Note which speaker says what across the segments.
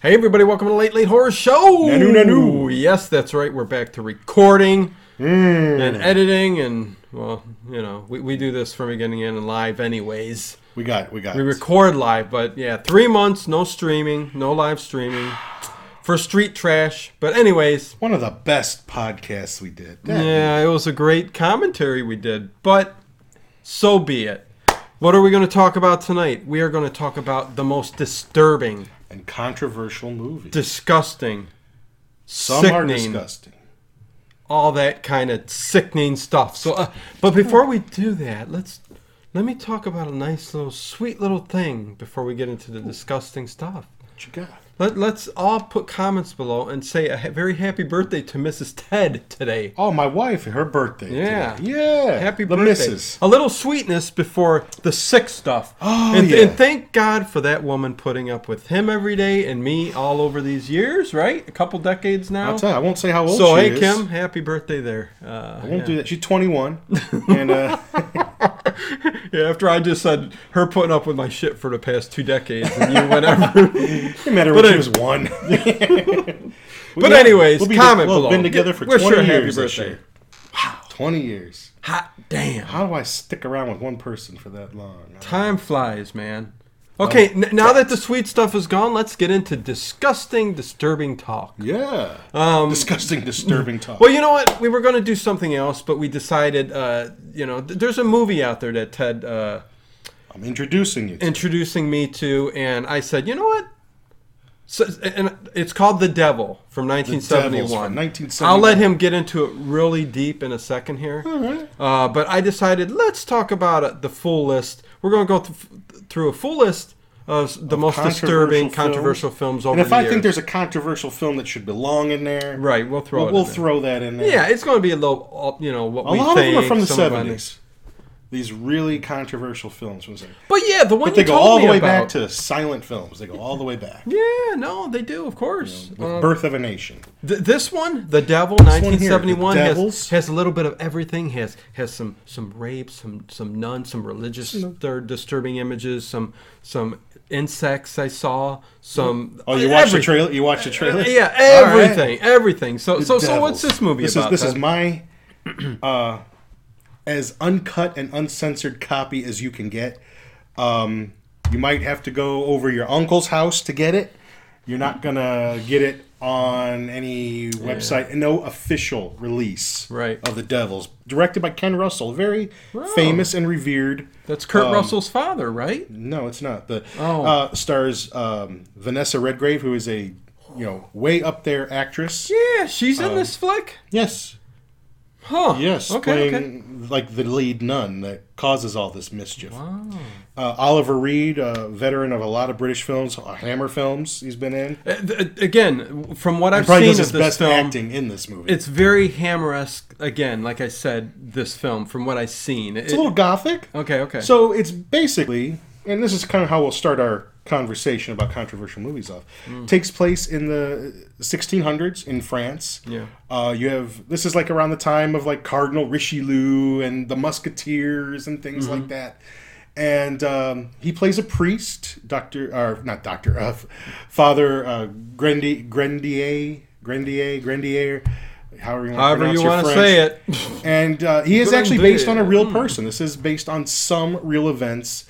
Speaker 1: Hey everybody, welcome to Late Late Horror Show.
Speaker 2: Nanu, nanu.
Speaker 1: Yes, that's right. We're back to recording
Speaker 2: Mm.
Speaker 1: and editing and well, you know, we, we do this from beginning and live anyways.
Speaker 2: We got it. We got
Speaker 1: We
Speaker 2: it.
Speaker 1: record live, but yeah, three months, no streaming, no live streaming. For street trash. But anyways,
Speaker 2: One of the best podcasts we did. That-
Speaker 1: yeah, it was a great commentary we did, but so be it. What are we going to talk about tonight? We are going to talk about the most disturbing,
Speaker 2: And controversial movie.
Speaker 1: disgusting,
Speaker 2: Some are
Speaker 1: sickening,
Speaker 2: disgusting.
Speaker 1: all that kind of sickening stuff. So, uh, but before we do that, let's let me talk about a nice little sweet little thing before we get into the disgusting stuff.
Speaker 2: What you got?
Speaker 1: Let, let's all put comments below and say a ha- very happy birthday to Mrs. Ted today.
Speaker 2: Oh, my wife, her birthday.
Speaker 1: Yeah.
Speaker 2: today. Yeah.
Speaker 1: Happy
Speaker 2: the
Speaker 1: birthday.
Speaker 2: missus.
Speaker 1: A little sweetness before the sick stuff.
Speaker 2: Oh,
Speaker 1: and,
Speaker 2: yeah.
Speaker 1: and thank God for that woman putting up with him every day and me all over these years, right? A couple decades now.
Speaker 2: I'll tell you, I won't say how old
Speaker 1: so,
Speaker 2: she
Speaker 1: hey,
Speaker 2: is.
Speaker 1: Kim, happy birthday there. Uh,
Speaker 2: I won't do that. She's 21. and uh,
Speaker 1: Yeah, after I just said her putting up with my shit for the past two decades and you whatever.
Speaker 2: it matter when
Speaker 1: But
Speaker 2: she was one.
Speaker 1: but anyways,
Speaker 2: we'll be-
Speaker 1: comment
Speaker 2: we'll have
Speaker 1: below.
Speaker 2: been together for
Speaker 1: Wish her a
Speaker 2: 20
Speaker 1: happy
Speaker 2: years this
Speaker 1: birthday.
Speaker 2: year. 20 years.
Speaker 1: Hot damn.
Speaker 2: How do I stick around with one person for that long?
Speaker 1: Time flies, man. Okay, n- now that the sweet stuff is gone, let's get into disgusting, disturbing talk.
Speaker 2: Yeah. Disgusting, disturbing talk.
Speaker 1: Um, Well, you know what? We were going to do something else, but we decided, uh, you know, th- there's a movie out there that Ted uh,
Speaker 2: I'm introducing you to
Speaker 1: introducing me to, and I said, you know what? So, and it's called The Devil from
Speaker 2: Devils from
Speaker 1: 1971.
Speaker 2: 1971.
Speaker 1: I'll let him get into it really deep in a second here.
Speaker 2: right.
Speaker 1: Uh, but I decided let's talk about uh, the full list. We're going to go th- through a full list of s- the most disturbing
Speaker 2: films.
Speaker 1: controversial films over
Speaker 2: And if
Speaker 1: the
Speaker 2: I
Speaker 1: years.
Speaker 2: think there's a controversial film that should belong in there,
Speaker 1: right, we'll throw
Speaker 2: we'll,
Speaker 1: it.
Speaker 2: we'll
Speaker 1: in there.
Speaker 2: throw that in there.
Speaker 1: Yeah, it's going to be a little, uh, you know, what
Speaker 2: a
Speaker 1: we
Speaker 2: lot
Speaker 1: think.
Speaker 2: of them are from the
Speaker 1: some of our-
Speaker 2: seventies. These really controversial films. Was it?
Speaker 1: But yeah, the one
Speaker 2: But they
Speaker 1: you
Speaker 2: go
Speaker 1: told
Speaker 2: all
Speaker 1: me
Speaker 2: the way
Speaker 1: about.
Speaker 2: back to silent films. They go all the way back.
Speaker 1: Yeah, no, they do, of course.
Speaker 2: With
Speaker 1: Um,
Speaker 2: Birth of a Nation.
Speaker 1: th- this one, The Devil,
Speaker 2: one here, The
Speaker 1: 1971, has,
Speaker 2: Devils.
Speaker 1: has a little bit of everything. Has has some some rape, some some nuns, some religious thir- disturbing images, some some insects I saw, some
Speaker 2: Oh, you watched
Speaker 1: everything.
Speaker 2: the trailer. You watched the trailer.
Speaker 1: Uh, Yeah,
Speaker 2: All right.
Speaker 1: everything, everything. So so so, what's
Speaker 2: Devils.
Speaker 1: this movie
Speaker 2: This
Speaker 1: about?
Speaker 2: is this is
Speaker 1: Ted?
Speaker 2: my uh, as uncut and uncensored copy as you can get. Um, you might have to go over your uncle's house to get it. You're not gonna get it on any website. No official release
Speaker 1: Right.
Speaker 2: of the Devils, directed by Ken Russell, very
Speaker 1: Wow.
Speaker 2: famous and revered.
Speaker 1: that's Kurt
Speaker 2: um,
Speaker 1: Russell's father, right?
Speaker 2: No, it's not. The
Speaker 1: Oh.
Speaker 2: uh, stars um, Vanessa Redgrave, who is a you know way up there actress.
Speaker 1: Yeah, she's in this flick,
Speaker 2: Yes,
Speaker 1: huh?
Speaker 2: Um, Yes,
Speaker 1: Okay. okay.
Speaker 2: playing like the lead nun that causes all this mischief.
Speaker 1: Wow.
Speaker 2: Uh, Oliver Reed, a veteran of a lot of British films, uh, Hammer films, he's been in.
Speaker 1: Uh, th- Again, from what I've
Speaker 2: Probably
Speaker 1: seen
Speaker 2: does
Speaker 1: of
Speaker 2: his
Speaker 1: this
Speaker 2: best
Speaker 1: film,
Speaker 2: acting in this movie.
Speaker 1: it's
Speaker 2: It's,
Speaker 1: very Hammer-esque. Again, like I said, this film from what I've seen. It-
Speaker 2: a little gothic.
Speaker 1: okay, okay.
Speaker 2: So it's basically, and this is kind of how we'll start our conversation about controversial movies off.
Speaker 1: Mm.
Speaker 2: Takes place in the 1600s in France.
Speaker 1: Yeah.
Speaker 2: Uh, you have this is like around the time of like Cardinal Richelieu and the Musketeers and things
Speaker 1: Mm-hmm.
Speaker 2: like that. And um, he plays a priest, Doctor or not Doctor, uh, Father uh, Grendier, Grendier, Grendier, Grendier, however you want to
Speaker 1: however
Speaker 2: pronounce
Speaker 1: you
Speaker 2: your
Speaker 1: want to
Speaker 2: French
Speaker 1: say it,
Speaker 2: and uh, he is
Speaker 1: Good
Speaker 2: actually
Speaker 1: idea. Hmm.
Speaker 2: based on a real person. This is based on some real events,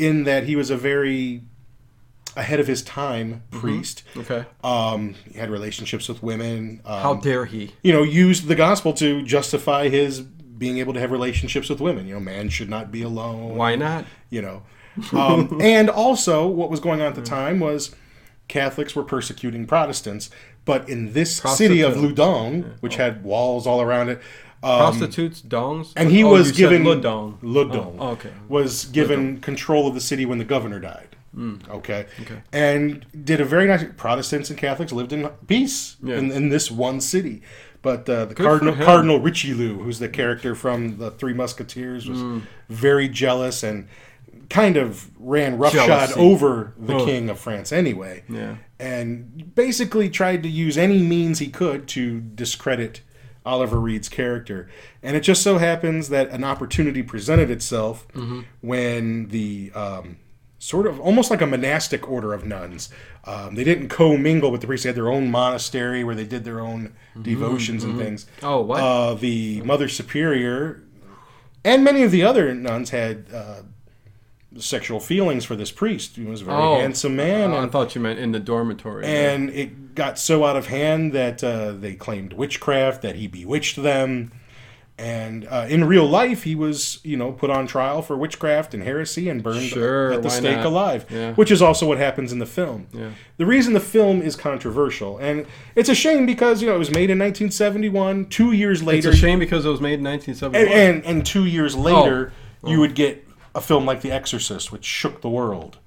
Speaker 2: in that he was a very ahead of his time
Speaker 1: Mm-hmm.
Speaker 2: priest.
Speaker 1: okay.
Speaker 2: Um, he had relationships with women. Um,
Speaker 1: How dare he?
Speaker 2: you know, used the gospel to justify his being able to have relationships with women. You know, man should not be alone
Speaker 1: Why not?
Speaker 2: you know. Um, and also, what was going on at
Speaker 1: Hmm.
Speaker 2: the time was Catholics were persecuting Protestants, but in this city of Loudon, which had walls all around it, um,
Speaker 1: Prostitutes, dongs,
Speaker 2: and he
Speaker 1: Oh,
Speaker 2: was
Speaker 1: you said
Speaker 2: given
Speaker 1: le dong.
Speaker 2: Loudon
Speaker 1: Oh, okay.
Speaker 2: was given control of the city when the governor died.
Speaker 1: Hmm.
Speaker 2: Okay. okay, and did a very nice. Protestants and Catholics lived in peace
Speaker 1: Yeah.
Speaker 2: in, in this one city. But uh, the
Speaker 1: for
Speaker 2: cardinal
Speaker 1: him.
Speaker 2: Cardinal Richelieu, who's the character from the Three Musketeers, was
Speaker 1: Hmm.
Speaker 2: very jealous and kind of ran roughshod
Speaker 1: Jealousy.
Speaker 2: over the
Speaker 1: Oh.
Speaker 2: king of France anyway.
Speaker 1: Yeah.
Speaker 2: And basically tried to use any means he could to discredit Oliver Reed's character. And it just
Speaker 1: Mm-hmm.
Speaker 2: so happens that an opportunity presented itself when the um, sort of almost like a monastic order of nuns. Um, they didn't commingle with the priests; they had their own monastery where they did their own devotions and things.
Speaker 1: Mm-hmm, Oh, what?
Speaker 2: Uh, the Mother Superior and many of the other nuns had uh, sexual feelings for this priest. He was a very
Speaker 1: Oh.
Speaker 2: handsome man,
Speaker 1: I
Speaker 2: and,
Speaker 1: thought you meant in the dormitory.
Speaker 2: and it got so out of hand that uh, they claimed witchcraft, that he bewitched them. And uh, in real life, he was, you know, put on trial for witchcraft and heresy and burned
Speaker 1: Sure,
Speaker 2: at the
Speaker 1: why
Speaker 2: stake
Speaker 1: not?
Speaker 2: alive,
Speaker 1: Yeah.
Speaker 2: which is also what happens in the film.
Speaker 1: Yeah.
Speaker 2: The reason the film is controversial, and it's a shame because, you know, it was made in 1971. Two years
Speaker 1: it's
Speaker 2: later,
Speaker 1: a shame because it was made in
Speaker 2: and,
Speaker 1: 1971.
Speaker 2: and and two years later,
Speaker 1: Oh.
Speaker 2: you would get a film like The Exorcist, which shook the world.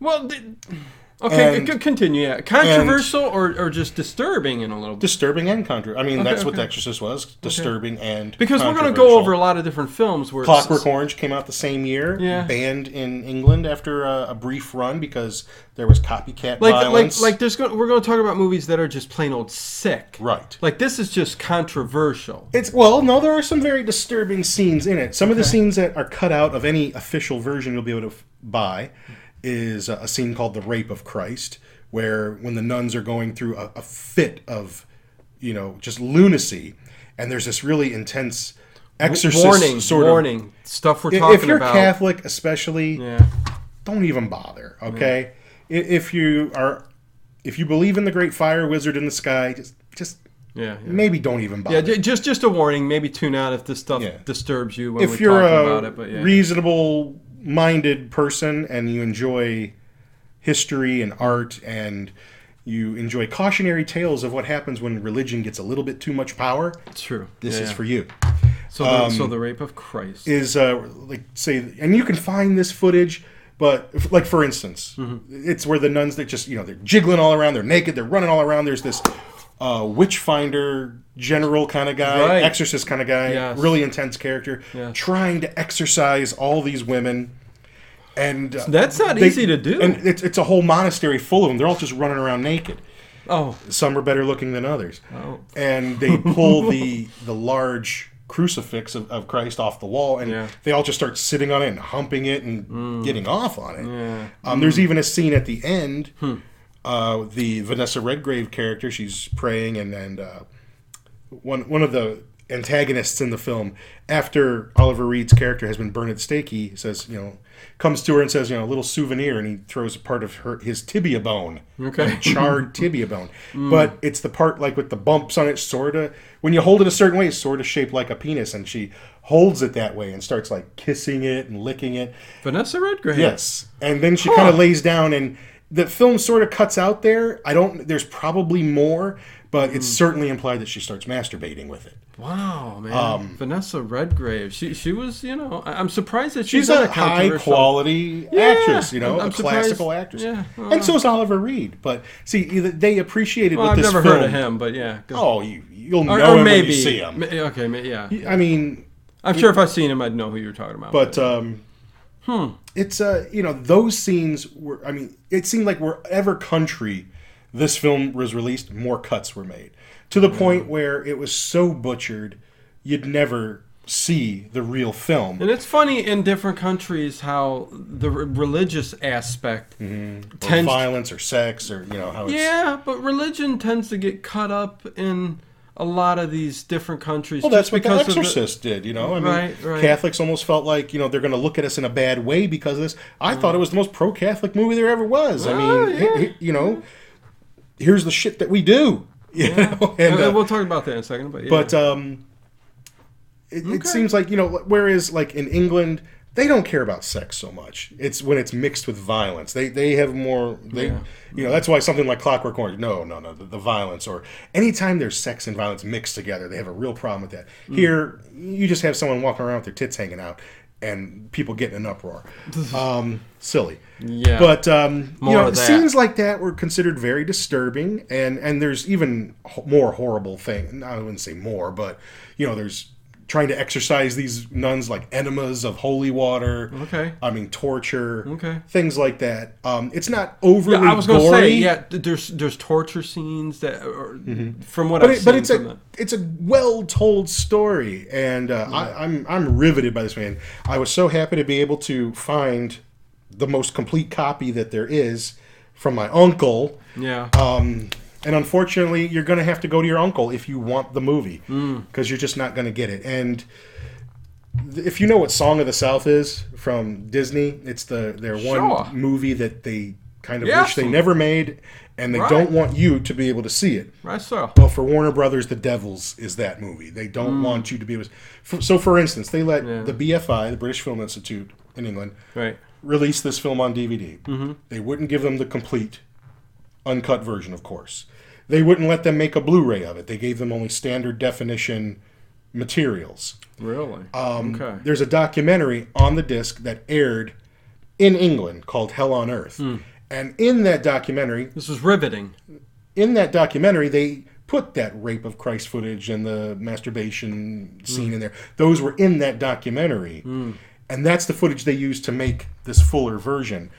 Speaker 1: Well, th- okay,
Speaker 2: And-
Speaker 1: c- c- continue. Yeah. Controversial or, or just disturbing in a little bit?
Speaker 2: Disturbing and controversial. I mean, that's what
Speaker 1: okay.
Speaker 2: The Exorcist was: disturbing and
Speaker 1: Because we're going to go
Speaker 2: controversial.
Speaker 1: over a lot of different films where it's-
Speaker 2: Clockwork Orange came out the same year,
Speaker 1: Yeah.
Speaker 2: banned in England after a, a brief run because there was copycat
Speaker 1: like
Speaker 2: violence.
Speaker 1: like like there's going we're going to talk about movies that are just plain old sick.
Speaker 2: right.
Speaker 1: Like this is just controversial.
Speaker 2: It's well, no, there are some very disturbing scenes in it. Some of the scenes that are cut out of any official version you'll be able to f- buy is a scene called "The Rape of Christ," where when the nuns are going through a, a fit of, you know, just lunacy, and there's this really intense exorcist
Speaker 1: warning,
Speaker 2: sort
Speaker 1: warning. Stuff we're
Speaker 2: of.
Speaker 1: talking
Speaker 2: If you're
Speaker 1: about.
Speaker 2: Catholic, especially,
Speaker 1: yeah.
Speaker 2: don't even bother. Okay, I if you are, if you believe in the Great Fire Wizard in the sky, just just
Speaker 1: Yeah. Yeah.
Speaker 2: maybe don't even bother.
Speaker 1: Yeah, ju- just just a warning. Maybe tune out if this stuff
Speaker 2: Yeah.
Speaker 1: disturbs you when
Speaker 2: if
Speaker 1: we're
Speaker 2: you're
Speaker 1: talking
Speaker 2: a
Speaker 1: about it. But yeah,
Speaker 2: reasonable minded person and you enjoy history and art and you enjoy cautionary tales of what happens when religion gets a little bit too much power
Speaker 1: it's true.
Speaker 2: this
Speaker 1: Yeah,
Speaker 2: is um,
Speaker 1: yeah.
Speaker 2: for you
Speaker 1: so the, so the rape of Christ.
Speaker 2: is uh, like say and you can find this footage but f- like for instance
Speaker 1: Mm-hmm.
Speaker 2: it's where the nuns that just you know they're jiggling all around they're naked they're running all around there's this uh, witch finder general kind of guy
Speaker 1: Right.
Speaker 2: exorcist kind of guy
Speaker 1: Yes.
Speaker 2: really intense character
Speaker 1: Yeah.
Speaker 2: trying to exorcise all these women and uh,
Speaker 1: That's not easy to do.
Speaker 2: and it's, it's a whole monastery full of them they're all just running around naked
Speaker 1: oh,
Speaker 2: some are better looking than others
Speaker 1: Oh.
Speaker 2: and they pull the the large crucifix of, of christ off the wall and
Speaker 1: Yeah. Mm.
Speaker 2: they all just start sitting on it and humping it and getting off on it
Speaker 1: Yeah. Mm. Hmm.
Speaker 2: um, there's even a scene at the end uh, the vanessa redgrave character she's praying and and uh, one one of the antagonists in the film after oliver reed's character has been burned at stake he says you know comes to her and says you know a little souvenir and he throws a part of her his tibia bone
Speaker 1: okay.
Speaker 2: charred
Speaker 1: Mm-hmm.
Speaker 2: tibia bone.
Speaker 1: Mm.
Speaker 2: But it's the part like with the bumps on it, sorta. When you hold it a certain way, it's sorta shaped like a penis, and she holds it that way and starts like kissing it and licking it.
Speaker 1: Vanessa Redgrave.
Speaker 2: Yes, and then she kind of lays down, and the film sort of cuts out there. I don't. There's probably more, but it's
Speaker 1: Mm.
Speaker 2: certainly implied that she starts masturbating with it.
Speaker 1: Wow, man.
Speaker 2: Um,
Speaker 1: Vanessa Redgrave. She she was you know I, I'm surprised that she's,
Speaker 2: She's
Speaker 1: not
Speaker 2: a high
Speaker 1: controversial-
Speaker 2: quality actress, you know,
Speaker 1: I'm- I'm
Speaker 2: a
Speaker 1: surprised-
Speaker 2: classical actress,
Speaker 1: yeah, uh-huh.
Speaker 2: and so is Oliver Reed. But see, they appreciated
Speaker 1: Well,
Speaker 2: what
Speaker 1: I've
Speaker 2: this
Speaker 1: never
Speaker 2: film.
Speaker 1: heard of him, but yeah. go-
Speaker 2: Oh, you you'll
Speaker 1: or,
Speaker 2: know
Speaker 1: or
Speaker 2: him
Speaker 1: maybe.
Speaker 2: when you see him.
Speaker 1: Ma- Okay, ma- yeah.
Speaker 2: I mean,
Speaker 1: I'm sure if I've seen him, I'd know who you're talking about.
Speaker 2: but um,
Speaker 1: Hmm.
Speaker 2: it's uh, you know, those scenes were. I mean, it seemed like wherever country this film was released, more cuts were made to the point where it was so butchered, you'd never see the real film.
Speaker 1: And it's funny in different countries how the re- religious aspect
Speaker 2: or
Speaker 1: tends.
Speaker 2: violence or sex or you know how it's
Speaker 1: yeah, but religion tends to get caught up in a lot of these different countries.
Speaker 2: Well, that's
Speaker 1: just
Speaker 2: what The
Speaker 1: because of
Speaker 2: Exorcist did, you know. I mean,
Speaker 1: Right, right.
Speaker 2: Catholics almost felt like you know they're going to look at us in a bad way because of this. I thought it was the most pro-Catholic movie there ever was. I
Speaker 1: Well,
Speaker 2: mean, he-
Speaker 1: yeah.
Speaker 2: he- you know, here's the shit that we do, you know.
Speaker 1: And,
Speaker 2: And, uh,
Speaker 1: we'll talk about that in a second. But yeah.
Speaker 2: but um, it, it
Speaker 1: Okay.
Speaker 2: seems like you know, whereas like in England. They don't care about sex so much. It's when it's mixed with violence. They they have more. They
Speaker 1: Yeah.
Speaker 2: you know that's why something like Clockwork Orange. No no no the, the violence or anytime there's sex and violence mixed together, they have a real problem with that.
Speaker 1: Mm.
Speaker 2: Here you just have someone walking around with their tits hanging out and people getting an uproar. um, silly.
Speaker 1: Yeah.
Speaker 2: But um,
Speaker 1: More
Speaker 2: you know,
Speaker 1: of that.
Speaker 2: scenes like that were considered very disturbing, and and there's even ho- more horrible thing. I wouldn't say more, but you know, there's trying to exercise these nuns like enemas of holy water.
Speaker 1: Okay.
Speaker 2: I mean torture.
Speaker 1: Okay.
Speaker 2: Things like that. Um, it's not overly.
Speaker 1: I was gonna
Speaker 2: gory,
Speaker 1: say, yeah, th- there's there's torture scenes that, or, from what
Speaker 2: Mm-hmm.
Speaker 1: I've
Speaker 2: But, it, but
Speaker 1: seen
Speaker 2: it's
Speaker 1: from
Speaker 2: a
Speaker 1: that.
Speaker 2: it's a well told story, and uh, I, I'm I'm riveted by this man. I was so happy to be able to find the most complete copy that there is from my uncle.
Speaker 1: Yeah.
Speaker 2: Um, and unfortunately, you're going to have to go to your uncle if you want the movie
Speaker 1: Mm.
Speaker 2: because you're just not going to get it. And th- if you know what Song of the South is from Disney, it's the their
Speaker 1: Sure.
Speaker 2: one movie that they kind of
Speaker 1: Yeah.
Speaker 2: wish they never made, and they
Speaker 1: Right.
Speaker 2: don't want you to be able to see it.
Speaker 1: right. So.
Speaker 2: Well, for Warner Brothers, The Devils is that movie. They
Speaker 1: Mm.
Speaker 2: don't want you to be able to. For, so, for instance, they let the BFI, the British Film Institute in England,
Speaker 1: Right.
Speaker 2: release this film on DVD. They wouldn't give them the complete, uncut version, of course. They wouldn't let them make a Blu ray of it. They gave them only standard definition materials.
Speaker 1: Really.
Speaker 2: Um,
Speaker 1: okay.
Speaker 2: There's a documentary on the disc that aired in England called Hell on Earth. And in that documentary,
Speaker 1: This is riveting.
Speaker 2: in that documentary, they put that rape of Christ footage and the masturbation
Speaker 1: Hmm.
Speaker 2: scene in there. Those were in that documentary, and that's the footage they used to make this fuller version.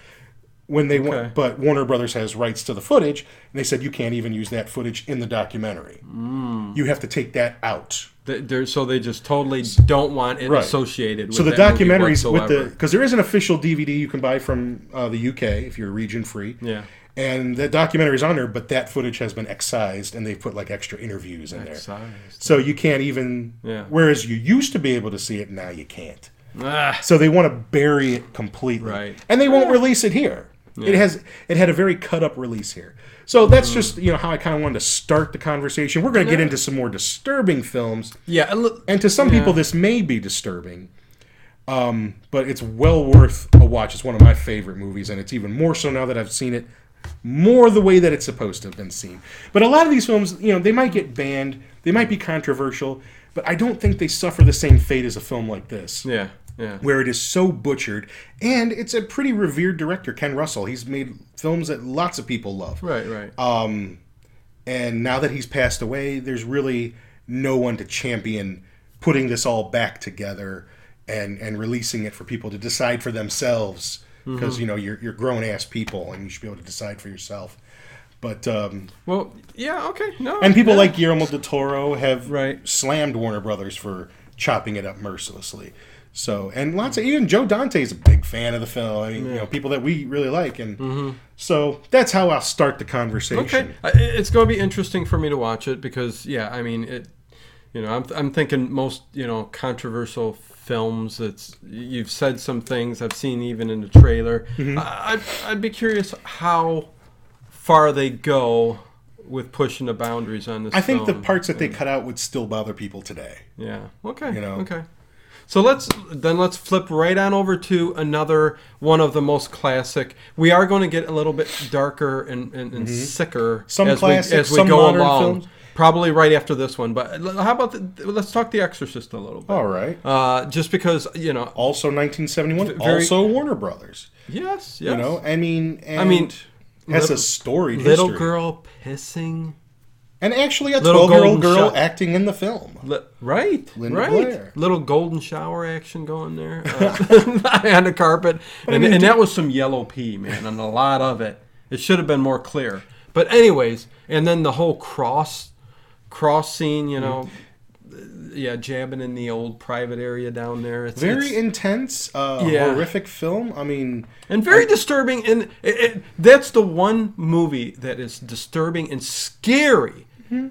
Speaker 2: When they
Speaker 1: Okay.
Speaker 2: want, but Warner Brothers has rights to the footage, and they said you can't even use that footage in the documentary.
Speaker 1: Hmm.
Speaker 2: You have to take that out.
Speaker 1: They- They're, so they just totally don't want it
Speaker 2: Right.
Speaker 1: associated. with
Speaker 2: So the
Speaker 1: that movie
Speaker 2: documentaries with the
Speaker 1: whatsoever.
Speaker 2: because there is an official DVD you can buy from uh, the UK if you're region free.
Speaker 1: Yeah.
Speaker 2: and the documentary's on there, but that footage has been excised, and they put like extra interviews in there.
Speaker 1: Excised.
Speaker 2: So you can't even.
Speaker 1: Yeah.
Speaker 2: Whereas you used to be able to see it, now you can't.
Speaker 1: Ah,
Speaker 2: So they want to bury it completely,
Speaker 1: Right.
Speaker 2: and they won't release it here. It has it had a very cut up release here. So that's just you know how I kind of wanted to start the conversation. We're going to get into some more disturbing films,
Speaker 1: yeah. and look-
Speaker 2: and to some people this may be disturbing, um, but it's well worth a watch. It's one of my favorite movies, and it's even more so now that I've seen it more the way that it's supposed to have been seen. But a lot of these films, you know, they might get banned, they might be controversial, but I don't think they suffer the same fate as a film like this
Speaker 1: Yeah. Yeah.
Speaker 2: where it is so butchered and it's a pretty revered director ken russell he's made films that lots of people love
Speaker 1: Right. Right.
Speaker 2: Uh, and now that he's passed away there's really no one to champion putting this all back together and and releasing it for people to decide for themselves
Speaker 1: Mm-hmm.
Speaker 2: because you know you're, you're grown ass people and you should be able to decide for yourself but um,
Speaker 1: well. Yeah. Okay. No.
Speaker 2: and people
Speaker 1: yeah.
Speaker 2: like Guillermo del Toro have
Speaker 1: Right.
Speaker 2: slammed Warner Brothers for chopping it up mercilessly. So and lots of even Joe Dante's a big fan of the film. I mean, you know, people that we really like, and so that's how I'll start the conversation.
Speaker 1: Mm-hmm. Okay, I- it's going to be interesting for me to watch it because, yeah, I mean, it. You know, I'm, I'm thinking most you know controversial films. It's you've said some things I've seen even in the trailer.
Speaker 2: Mm-hmm.
Speaker 1: I, I'd, I'd be curious how far they go with pushing the boundaries on this.
Speaker 2: I think the
Speaker 1: film.
Speaker 2: parts that they cut out would still bother people today.
Speaker 1: Yeah. Okay.
Speaker 2: know?
Speaker 1: Okay. So let's then let's flip right on over to another one of the most classic. We are going to get a little bit darker and, and, and sicker
Speaker 2: Mm-hmm. Some
Speaker 1: as
Speaker 2: classic,
Speaker 1: we as we
Speaker 2: some
Speaker 1: go
Speaker 2: modern
Speaker 1: along.
Speaker 2: films.
Speaker 1: Probably right after this one, but l- how about the, let's talk The Exorcist a little bit.
Speaker 2: All right.
Speaker 1: Uh, just because you know.
Speaker 2: Also, 1971.
Speaker 1: Very-
Speaker 2: also, Warner Brothers.
Speaker 1: Yes. Yes.
Speaker 2: You know, I mean, and
Speaker 1: I mean,
Speaker 2: has
Speaker 1: little-
Speaker 2: a storied
Speaker 1: little
Speaker 2: history.
Speaker 1: girl pissing.
Speaker 2: and actually a
Speaker 1: Little
Speaker 2: 12 year old
Speaker 1: golden
Speaker 2: girl
Speaker 1: shot.
Speaker 2: acting in the film.
Speaker 1: Li- right,
Speaker 2: Linda
Speaker 1: right.
Speaker 2: Blair.
Speaker 1: Little golden shower action going there uh, on the carpet, and, and that was some yellow pee, man, and a lot of it. It should have been more clear, but anyways, and then the whole cross, cross scene, you know, yeah, jabbing in the old private area down there. It's
Speaker 2: Mm-hmm. Very
Speaker 1: it's-
Speaker 2: intense, uh,
Speaker 1: Yeah.
Speaker 2: horrific film. I mean,
Speaker 1: and very disturbing and it, it, that's the one movie that is disturbing and scary
Speaker 2: Mm-hmm.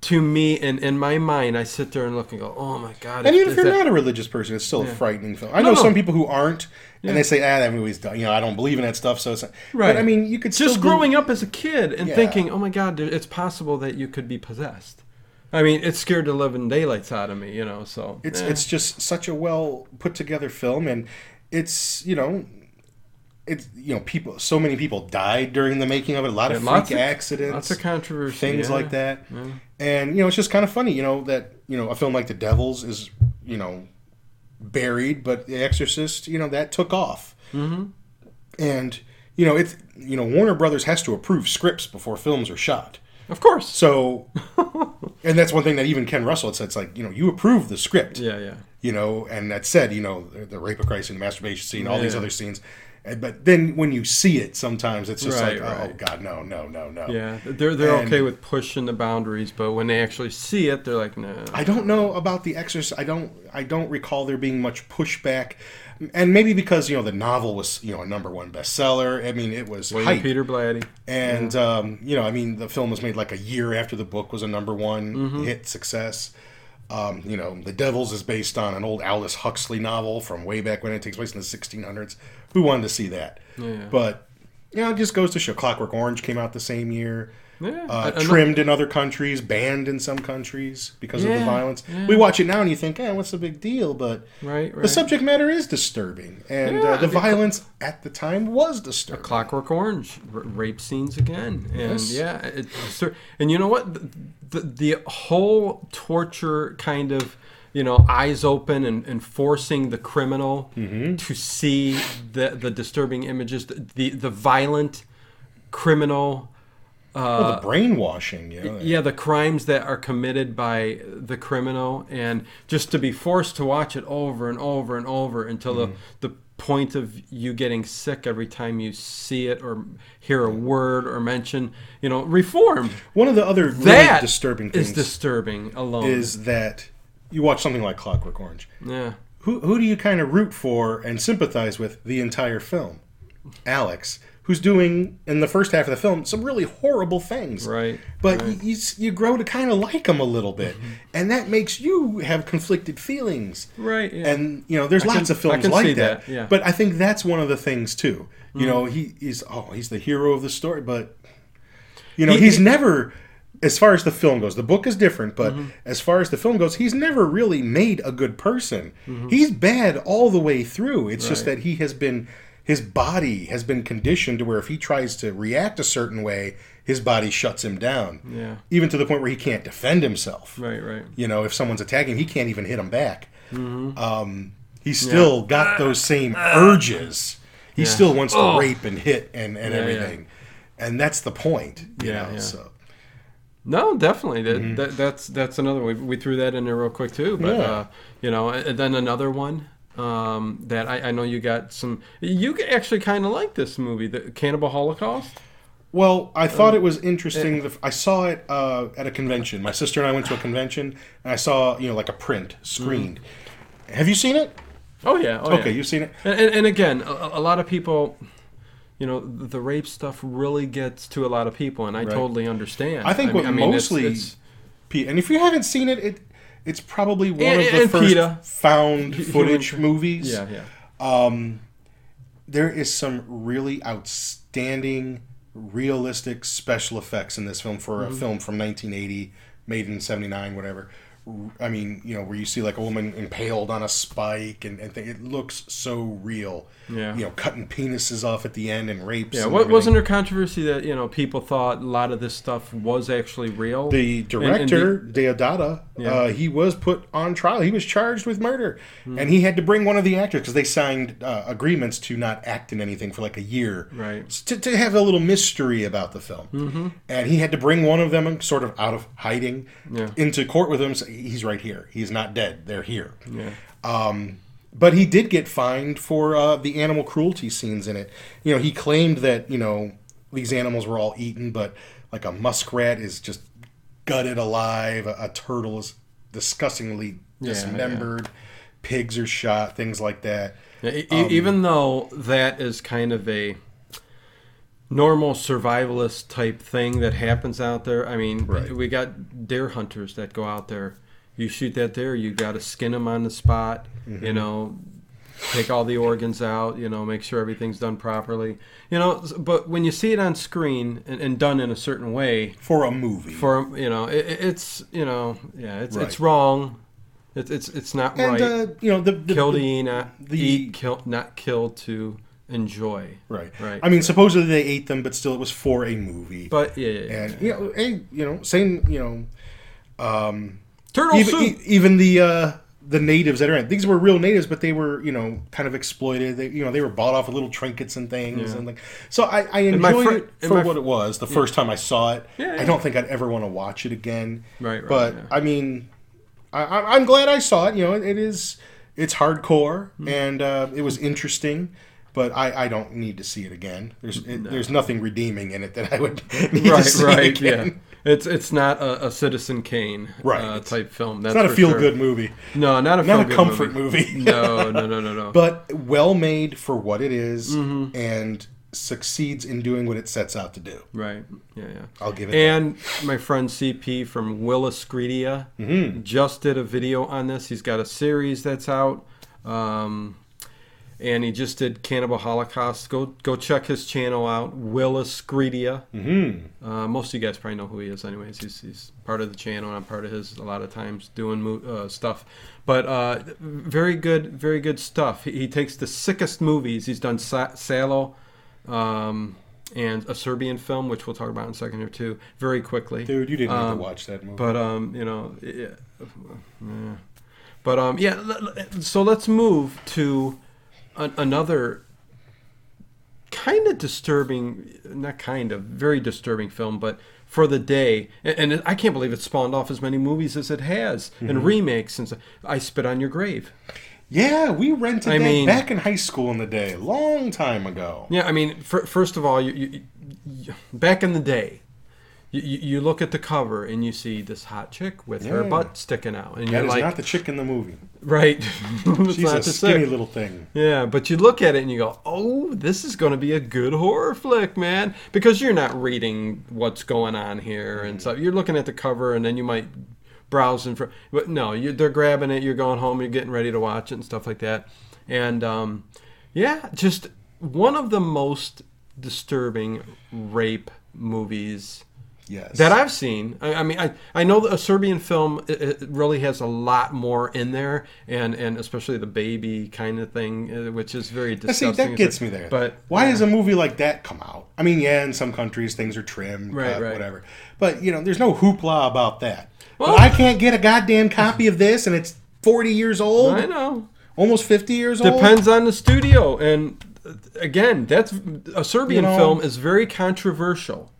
Speaker 1: to me and in my mind i sit there and look and go oh my god
Speaker 2: And
Speaker 1: if-
Speaker 2: even if
Speaker 1: if
Speaker 2: you're
Speaker 1: that-
Speaker 2: not a religious person, it's still a frightening film. I
Speaker 1: No,
Speaker 2: know
Speaker 1: no.
Speaker 2: some people who aren't, and they say, "Ah, that movie's done." You know, I don't believe in that stuff. So, it's not.
Speaker 1: Right.
Speaker 2: But I mean, you could
Speaker 1: just
Speaker 2: still do-
Speaker 1: growing up as a kid and
Speaker 2: Yeah.
Speaker 1: thinking, oh my God, dude, it's possible that you could be possessed. I mean, it scared the living daylights out of me, you know. So
Speaker 2: It's
Speaker 1: eh.
Speaker 2: it's just such a well put together film, and it's you know, it's you know, people. So many people died during the making of it. A lot of
Speaker 1: Yeah,
Speaker 2: freak
Speaker 1: lots of-
Speaker 2: accidents,
Speaker 1: lots of controversy,
Speaker 2: things
Speaker 1: yeah.
Speaker 2: like that. And you know, it's just kind of funny. You know that you know a film like The Devils is you know buried, but The Exorcist, you know, that took off.
Speaker 1: Mm-hmm.
Speaker 2: and you know it's you know Warner Brothers has to approve scripts before films are shot.
Speaker 1: of course.
Speaker 2: So, and that's one thing that even Ken Russell had said. It's like you know you approve the script,
Speaker 1: Yeah, yeah.
Speaker 2: you know, and that said, you know the, the rape of Christ and the masturbation scene, all these
Speaker 1: Yeah.
Speaker 2: other scenes. And- But then when you see it, sometimes it's just
Speaker 1: Right,
Speaker 2: like, oh
Speaker 1: right.
Speaker 2: god, no, no, no, no.
Speaker 1: Yeah, they're they're
Speaker 2: And-
Speaker 1: okay with pushing the boundaries, but when they actually see it, they're like, no.
Speaker 2: I don't know about the exorcist. I don't. I don't recall there being much pushback, and maybe because you know the novel was you know a number one bestseller. I mean, it was
Speaker 1: William
Speaker 2: hype,
Speaker 1: Peter Blatty.
Speaker 2: and um, you know, I mean, the film was made like a year after the book was a number one
Speaker 1: Mm-hmm.
Speaker 2: hit success. Um, you know, The Devils is based on an old Aldous Huxley novel from way back when. It takes place in the 1600s. Who wanted to see that?
Speaker 1: Yeah.
Speaker 2: But you know, it just goes to show. Clockwork Orange came out the same year
Speaker 1: Yeah,
Speaker 2: uh,
Speaker 1: I- I know-
Speaker 2: trimmed in other countries, banned in some countries because of the
Speaker 1: Yeah,
Speaker 2: violence.
Speaker 1: yeah.
Speaker 2: We watch it now and you think, eh, what's the big deal? But
Speaker 1: Right,
Speaker 2: the
Speaker 1: right.
Speaker 2: subject matter is disturbing, and
Speaker 1: Yeah,
Speaker 2: uh, the
Speaker 1: I mean,
Speaker 2: violence at the time was disturbing.
Speaker 1: Clockwork Orange r- rape scenes again, and
Speaker 2: Yes.
Speaker 1: yeah, it, so- and you know what, the, the the whole torture kind of you know eyes open and, and forcing the criminal to see the the disturbing images, the the, the violent criminal.
Speaker 2: Well,
Speaker 1: Uh,
Speaker 2: the brainwashing, you know.
Speaker 1: Yeah, the crimes that are committed by the criminal, and just to be forced to watch it over and over and over until
Speaker 2: Mm-hmm.
Speaker 1: the, the point of you getting sick every time you see it or hear a word or mention, you know, reform.
Speaker 2: One of the other really
Speaker 1: That
Speaker 2: disturbing
Speaker 1: is
Speaker 2: things is,
Speaker 1: disturbing alone.
Speaker 2: that you watch something like Clockwork Orange.
Speaker 1: yeah.
Speaker 2: Who, who do you kind of root for and sympathize with the entire film? Alex, who's doing in the first half of the film some really horrible things.
Speaker 1: Right, Mm-hmm.
Speaker 2: But y You, s- you grow to kind of like him a little bit, and that makes you have conflicted feelings.
Speaker 1: Right, yeah.
Speaker 2: And you know, there's lots
Speaker 1: can-
Speaker 2: of
Speaker 1: I
Speaker 2: films
Speaker 1: can
Speaker 2: like
Speaker 1: see
Speaker 2: that.
Speaker 1: that, yeah. Mm.
Speaker 2: But I think that's one of the things too. You know, he he's oh he's the hero of the story, but you know
Speaker 1: He-
Speaker 2: he's never. As far as the film goes, the book is different, but
Speaker 1: Mm-hmm.
Speaker 2: as far as the film goes, he's never really made a good person. He's bad all the way through. It's just
Speaker 1: Mm-hmm. Right.
Speaker 2: that he has been, his body has been conditioned to where if he tries to react a certain way, his body shuts him down.
Speaker 1: Yeah.
Speaker 2: Even to the point where he can't defend himself.
Speaker 1: Right, right.
Speaker 2: You know, if someone's attacking him, he can't even hit him back.
Speaker 1: Mm-hmm.
Speaker 2: Um, he's still got those same urges. He
Speaker 1: Yeah.
Speaker 2: still wants to
Speaker 1: Oh.
Speaker 2: rape and hit and, and
Speaker 1: Yeah, yeah.
Speaker 2: everything. And that's the point, you
Speaker 1: Yeah,
Speaker 2: know.
Speaker 1: yeah.
Speaker 2: So
Speaker 1: No, definitely. That, that that's that's another. We, we threw that in there real quick too. But
Speaker 2: Mm-hmm. Yeah.
Speaker 1: uh, you know, and then another one um, that I, I know you got some. You actually kind of like this movie, the Cannibal Holocaust.
Speaker 2: well, I
Speaker 1: Um,
Speaker 2: thought it was interesting. the f I I saw it uh, at a convention. My sister and I went to a convention, and I saw you know like a print screened. Have you seen it?
Speaker 1: Oh yeah. Mm. Oh,
Speaker 2: Okay,
Speaker 1: Yeah.
Speaker 2: you've seen it.
Speaker 1: And, and, and again, a, a lot of people, you know, the rape stuff really gets to a lot of people, and I totally understand.
Speaker 2: I think
Speaker 1: mean-
Speaker 2: what
Speaker 1: I mean, it's-
Speaker 2: mostly
Speaker 1: it's-
Speaker 2: Pete, and if you haven't seen it, it it's probably one
Speaker 1: And-
Speaker 2: of the
Speaker 1: and
Speaker 2: first
Speaker 1: PETA.
Speaker 2: found
Speaker 1: Human-
Speaker 2: footage movies.
Speaker 1: yeah, yeah.
Speaker 2: there is some really outstanding realistic special effects in this film for
Speaker 1: Mm-hmm.
Speaker 2: a film from 1980 made in 79 whatever R- i mean you know where you see like a woman impaled on a spike and, and th- it looks so real
Speaker 1: Yeah.
Speaker 2: you know cutting penises off at the end and rapes
Speaker 1: Yeah,
Speaker 2: and
Speaker 1: what,
Speaker 2: everything.
Speaker 1: wasn't there controversy that you know people thought a lot of this stuff was actually real?
Speaker 2: the
Speaker 1: And- and the-
Speaker 2: director Deodata, uh, he was put on trial. He was charged with murder,
Speaker 1: Hmm.
Speaker 2: and he had to bring one of the actors because they signed uh, agreements to not act in anything for like a year,
Speaker 1: Right.
Speaker 2: s- To, to have a little mystery about the film, mm-hmm. and he had to bring one of them, sort of out of hiding,
Speaker 1: Yeah.
Speaker 2: into court with him. So he's right here. He's not dead. They're here.
Speaker 1: yeah.
Speaker 2: Um, but he did get fined for uh, the animal cruelty scenes in it. You know, he claimed that you know these animals were all eaten, but like a muskrat is just gutted alive, a, a turtle is disgustingly
Speaker 1: yeah.
Speaker 2: dismembered, pigs are shot, things like that.
Speaker 1: Yeah, e-
Speaker 2: Um,
Speaker 1: e- even though that is kind of a normal survivalist type thing that happens out there, I mean,
Speaker 2: Right.
Speaker 1: we got deer hunters that go out there. You shoot that deer, you got to skin them on the spot.
Speaker 2: Mm-hmm.
Speaker 1: You know, take all the organs out. You know, make sure everything's done properly. You know, s- but when you see it on screen and, and done in a certain way,
Speaker 2: For a movie,
Speaker 1: for you know, it, it's you know, yeah, it's
Speaker 2: Right.
Speaker 1: it's wrong. It's it's it's not
Speaker 2: and
Speaker 1: right
Speaker 2: uh, you know the, the
Speaker 1: kill to
Speaker 2: the-
Speaker 1: eat, not
Speaker 2: the-
Speaker 1: eat, kill, not kill to enjoy.
Speaker 2: right,
Speaker 1: Right.
Speaker 2: I mean, supposedly they ate them, but still, it was for a movie.
Speaker 1: But yeah, yeah, yeah.
Speaker 2: and you know, hey, you know, same, you know,
Speaker 1: turtle
Speaker 2: even,
Speaker 1: soup.
Speaker 2: e- even the uh, the natives that are in these were real natives, but they were you know kind of exploited. They you know they were bought off with little trinkets and things
Speaker 1: Yeah.
Speaker 2: and like. So I, I
Speaker 1: my
Speaker 2: enjoyed
Speaker 1: fir-
Speaker 2: it
Speaker 1: and
Speaker 2: for
Speaker 1: my
Speaker 2: what it was the first time I saw it.
Speaker 1: Yeah,
Speaker 2: I
Speaker 1: yeah.
Speaker 2: don't think I'd ever want to watch it again.
Speaker 1: Right, right,
Speaker 2: But
Speaker 1: yeah.
Speaker 2: I mean, I, I-
Speaker 1: Hmm.
Speaker 2: I'm glad I saw it. You know, it, it is it's hardcore and uh, it was interesting. But I, I don't need to see it again. There's it,
Speaker 1: No.
Speaker 2: there's nothing redeeming in it that I would need to
Speaker 1: Right,
Speaker 2: see
Speaker 1: right, yeah.
Speaker 2: again.
Speaker 1: It's it's not a, a Citizen Kane
Speaker 2: Right,
Speaker 1: uh,
Speaker 2: it's-
Speaker 1: type film. That's
Speaker 2: It's not a
Speaker 1: for
Speaker 2: feel
Speaker 1: sure.
Speaker 2: good movie,
Speaker 1: No, not a
Speaker 2: not a
Speaker 1: feel-good
Speaker 2: comfort movie.
Speaker 1: no, no, no, no, no.
Speaker 2: but well made for what it is
Speaker 1: Mm-hmm.
Speaker 2: and succeeds in doing what it sets out to do.
Speaker 1: right. Yeah, yeah.
Speaker 2: I'll give it.
Speaker 1: And my friend CP from Willis Greedia
Speaker 2: Mm-hmm.
Speaker 1: just did a video on this. He's got a series that's out. Um, and he just did Cannibal Holocaust. Go go check his channel out, Willis Greedia.
Speaker 2: mm-hmm.
Speaker 1: Uh, most of you guys probably know who he is, anyways. He's, he's part of the channel, and I'm part of his a lot of times doing mo- uh, stuff. But uh, very good, very good stuff. He, he takes the sickest movies. He's done Sa- Salo um, and a Serbian film, which we'll talk about in a second or two, very quickly.
Speaker 2: Dude, you didn't have
Speaker 1: Um,
Speaker 2: to watch that movie.
Speaker 1: But um, you know, yeah, yeah. but um, yeah. l- l- So let's move to an, another kind of disturbing, not kind of, very disturbing film, but for the day. And, and it- I can't believe it spawned off as many movies as it has
Speaker 2: Mm-hmm.
Speaker 1: and remakes. And so, I spit on your grave.
Speaker 2: yeah, we rented
Speaker 1: I
Speaker 2: that
Speaker 1: mean-
Speaker 2: back in high school in the day, long time ago.
Speaker 1: Yeah, I mean, fir- first of all, you, you, you, back in the day, you, you you look at the cover and you see this hot chick with her
Speaker 2: Yeah.
Speaker 1: butt sticking out, and
Speaker 2: That
Speaker 1: you're
Speaker 2: is
Speaker 1: like,
Speaker 2: not the chick in the movie.
Speaker 1: Right. It's
Speaker 2: She's
Speaker 1: not
Speaker 2: a
Speaker 1: to
Speaker 2: skinny
Speaker 1: say.
Speaker 2: little thing.
Speaker 1: Yeah, but you look at it and you go, "Oh, this is going to be a good horror flick, man," because you're not reading what's going on here and stuff. You're looking at the cover and then you might browse in front. But no, you, they're grabbing it. You're going home. You're getting ready to watch it and stuff like that. And um, yeah, just one of the most disturbing rape movies
Speaker 2: Yes.
Speaker 1: that I've seen. I, I mean, I, I know that a Serbian film it, it really has a lot more in there, and, and especially the baby kind of thing, uh, which is very
Speaker 2: Now, see,
Speaker 1: disgusting.
Speaker 2: that gets me there.
Speaker 1: But
Speaker 2: why does a movie like that come out? I mean, yeah, in some countries things are trimmed,
Speaker 1: Right,
Speaker 2: cut,
Speaker 1: right.
Speaker 2: whatever. But you know, there's no hoopla about that.
Speaker 1: Well-
Speaker 2: but I can't get a goddamn copy of this, and it's 40 years old,
Speaker 1: I know
Speaker 2: almost 50 years old.
Speaker 1: depends on the studio, and uh, again, that's a Serbian
Speaker 2: You know-
Speaker 1: film is very controversial,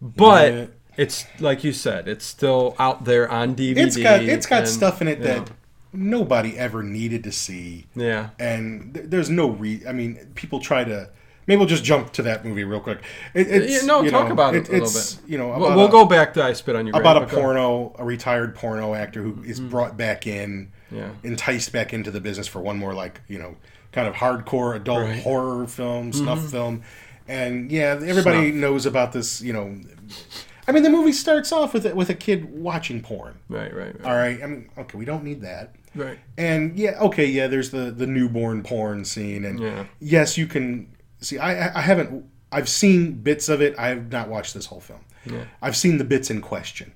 Speaker 1: but.
Speaker 2: Yeah.
Speaker 1: It's like you said. It's still out there on DVD.
Speaker 2: It's got it's got
Speaker 1: E and,
Speaker 2: stuff in it
Speaker 1: you
Speaker 2: that
Speaker 1: know,
Speaker 2: nobody ever needed to see.
Speaker 1: yeah.
Speaker 2: and th- there's no re. I mean, people try to. Maybe we'll just jump to that movie real quick. It, it's,
Speaker 1: Yeah, no,
Speaker 2: you
Speaker 1: talk
Speaker 2: know,
Speaker 1: about it,
Speaker 2: it-
Speaker 1: a little
Speaker 2: it's,
Speaker 1: bit.
Speaker 2: You know,
Speaker 1: we'll,
Speaker 2: about
Speaker 1: we'll
Speaker 2: a-
Speaker 1: go back to I spit on your Grave,
Speaker 2: about a
Speaker 1: but go-
Speaker 2: porno, a retired porno actor who is brought back in,
Speaker 1: Mm-hmm. Yeah.
Speaker 2: enticed back into the business for one more like you know kind of hardcore adult
Speaker 1: Right. Mm-hmm.
Speaker 2: horror film, snuff film, and yeah, everybody knows about this. You know, I mean, the movie starts off with a, with a kid watching porn.
Speaker 1: Right, right, right,
Speaker 2: All right, I mean, okay, we don't need that.
Speaker 1: right.
Speaker 2: And yeah, okay, yeah. There's the the newborn porn scene, and
Speaker 1: Yeah.
Speaker 2: yes, you can see. I I- I haven't. I've seen bits of it. I have not watched this whole film.
Speaker 1: Yeah.
Speaker 2: I've seen the bits in question,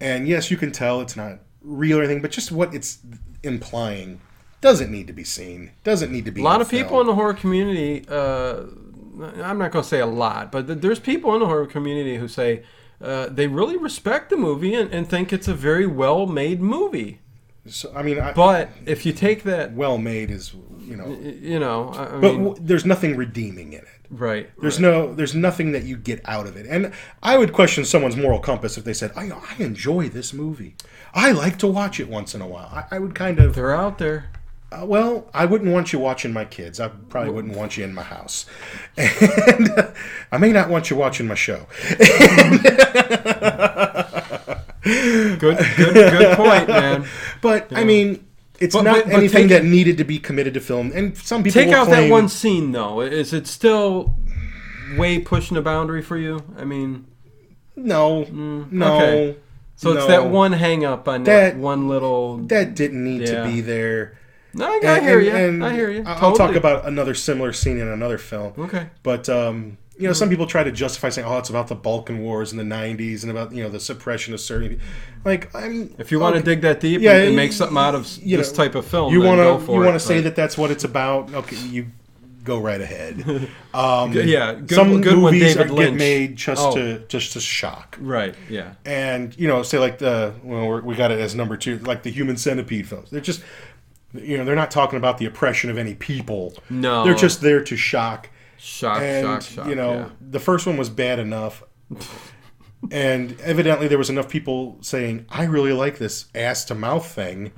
Speaker 2: and yes, you can tell it's not real or anything, but just what it's implying doesn't need to be seen. Doesn't need to be.
Speaker 1: A lot of people in the horror community. Uh, I'm not going to say a lot, but th- there's people in the horror community who say uh, they really respect the movie and, and think it's a very well-made movie.
Speaker 2: So I mean, I,
Speaker 1: But if you take that,
Speaker 2: well made is you know,
Speaker 1: y- you know, I, I
Speaker 2: but
Speaker 1: mean,
Speaker 2: w- there's nothing redeeming in it.
Speaker 1: right?
Speaker 2: There's no, there's nothing that you get out of it, and I would question someone's moral compass if they said, "I, I enjoy this movie. I like to watch it once in a while." I, I would kind of,
Speaker 1: They're out there.
Speaker 2: uh, well, I wouldn't want you watching my kids. I probably wouldn't want you in my house, and uh, I may not want you watching my show.
Speaker 1: Good, good, good point, man.
Speaker 2: But I mean, it's
Speaker 1: But-
Speaker 2: not
Speaker 1: but- but
Speaker 2: anything
Speaker 1: take
Speaker 2: that needed to be committed to film, and some people
Speaker 1: Take
Speaker 2: will
Speaker 1: out that
Speaker 2: claim-
Speaker 1: one scene though. Is it still way pushing the boundary for you? I mean,
Speaker 2: No, no.
Speaker 1: Mm, okay. so it's
Speaker 2: no.
Speaker 1: that one hang up on that,
Speaker 2: That-
Speaker 1: one little.
Speaker 2: that didn't need
Speaker 1: Yeah.
Speaker 2: to be there.
Speaker 1: no, I, I hear you. I hear you.
Speaker 2: I'll talk
Speaker 1: Totally.
Speaker 2: about another similar scene in another film.
Speaker 1: Okay. Mm-hmm.
Speaker 2: But um, you know, some people try to justify saying, "Oh, it's about the Balkan Wars in the '90s and about you know the suppression of Serbia." Like, I'm
Speaker 1: If you want to dig that deep
Speaker 2: Yeah,
Speaker 1: and, and
Speaker 2: y-
Speaker 1: make something out of s-
Speaker 2: you
Speaker 1: this
Speaker 2: know,
Speaker 1: type of film,
Speaker 2: you
Speaker 1: then
Speaker 2: want
Speaker 1: go
Speaker 2: to
Speaker 1: for
Speaker 2: you
Speaker 1: it,
Speaker 2: want to say
Speaker 1: but-
Speaker 2: that that's what it's about? Okay, you go right ahead. Um,
Speaker 1: yeah, good-
Speaker 2: some
Speaker 1: good one,
Speaker 2: movies
Speaker 1: David
Speaker 2: are, get
Speaker 1: Lynch.
Speaker 2: made just
Speaker 1: Oh.
Speaker 2: to just to shock.
Speaker 1: Right. Yeah.
Speaker 2: and you know, say like the well, we're, we got it as number two, like the Human Centipede films. They're just, you know, they're not talking about the oppression of any people.
Speaker 1: No.
Speaker 2: they're just there to shock.
Speaker 1: Shock.
Speaker 2: and
Speaker 1: shock. Shock.
Speaker 2: you know,
Speaker 1: yeah.
Speaker 2: the first one was bad enough, and evidently there was enough people saying, "I really like this ass to
Speaker 1: Mm-hmm.
Speaker 2: mouth thing.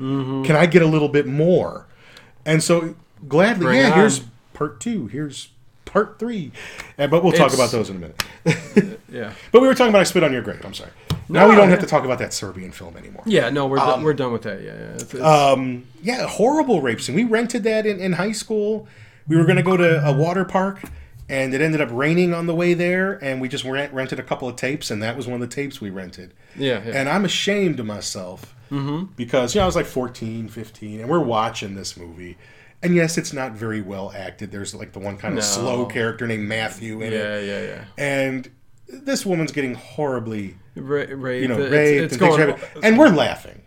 Speaker 2: Can I get a little bit more?" And so gladly,
Speaker 1: Bring
Speaker 2: yeah,
Speaker 1: it
Speaker 2: here's
Speaker 1: on.
Speaker 2: part two. Here's part three. Uh, but we'll talk
Speaker 1: It's-
Speaker 2: about those in a minute.
Speaker 1: Yeah.
Speaker 2: But we were talking about I Spit on Your Grave. I'm sorry. Now
Speaker 1: No,
Speaker 2: we don't
Speaker 1: yeah.
Speaker 2: have to talk about that Serbian film anymore.
Speaker 1: Yeah, no, we're, done we're done with that. Yeah, yeah. It's, it's,
Speaker 2: Um, yeah, horrible rape scene. We rented that in, in high school. We were going to go to a water park, and it ended up raining on the way there, and we just rent, rented a couple of tapes, and that was one of the tapes we rented.
Speaker 1: yeah, Mm-hmm. yeah.
Speaker 2: And I'm ashamed of myself because, you know, I was like 14, 15, and we're watching this movie. And yes, it's not very well acted. There's like the one kind of
Speaker 1: No.
Speaker 2: slow character named Matthew in it.
Speaker 1: yeah, yeah, yeah.
Speaker 2: And this woman's getting horribly
Speaker 1: Ra- rape,
Speaker 2: you know,
Speaker 1: it's,
Speaker 2: raped
Speaker 1: it's
Speaker 2: and things
Speaker 1: going,
Speaker 2: happen. And we're laughing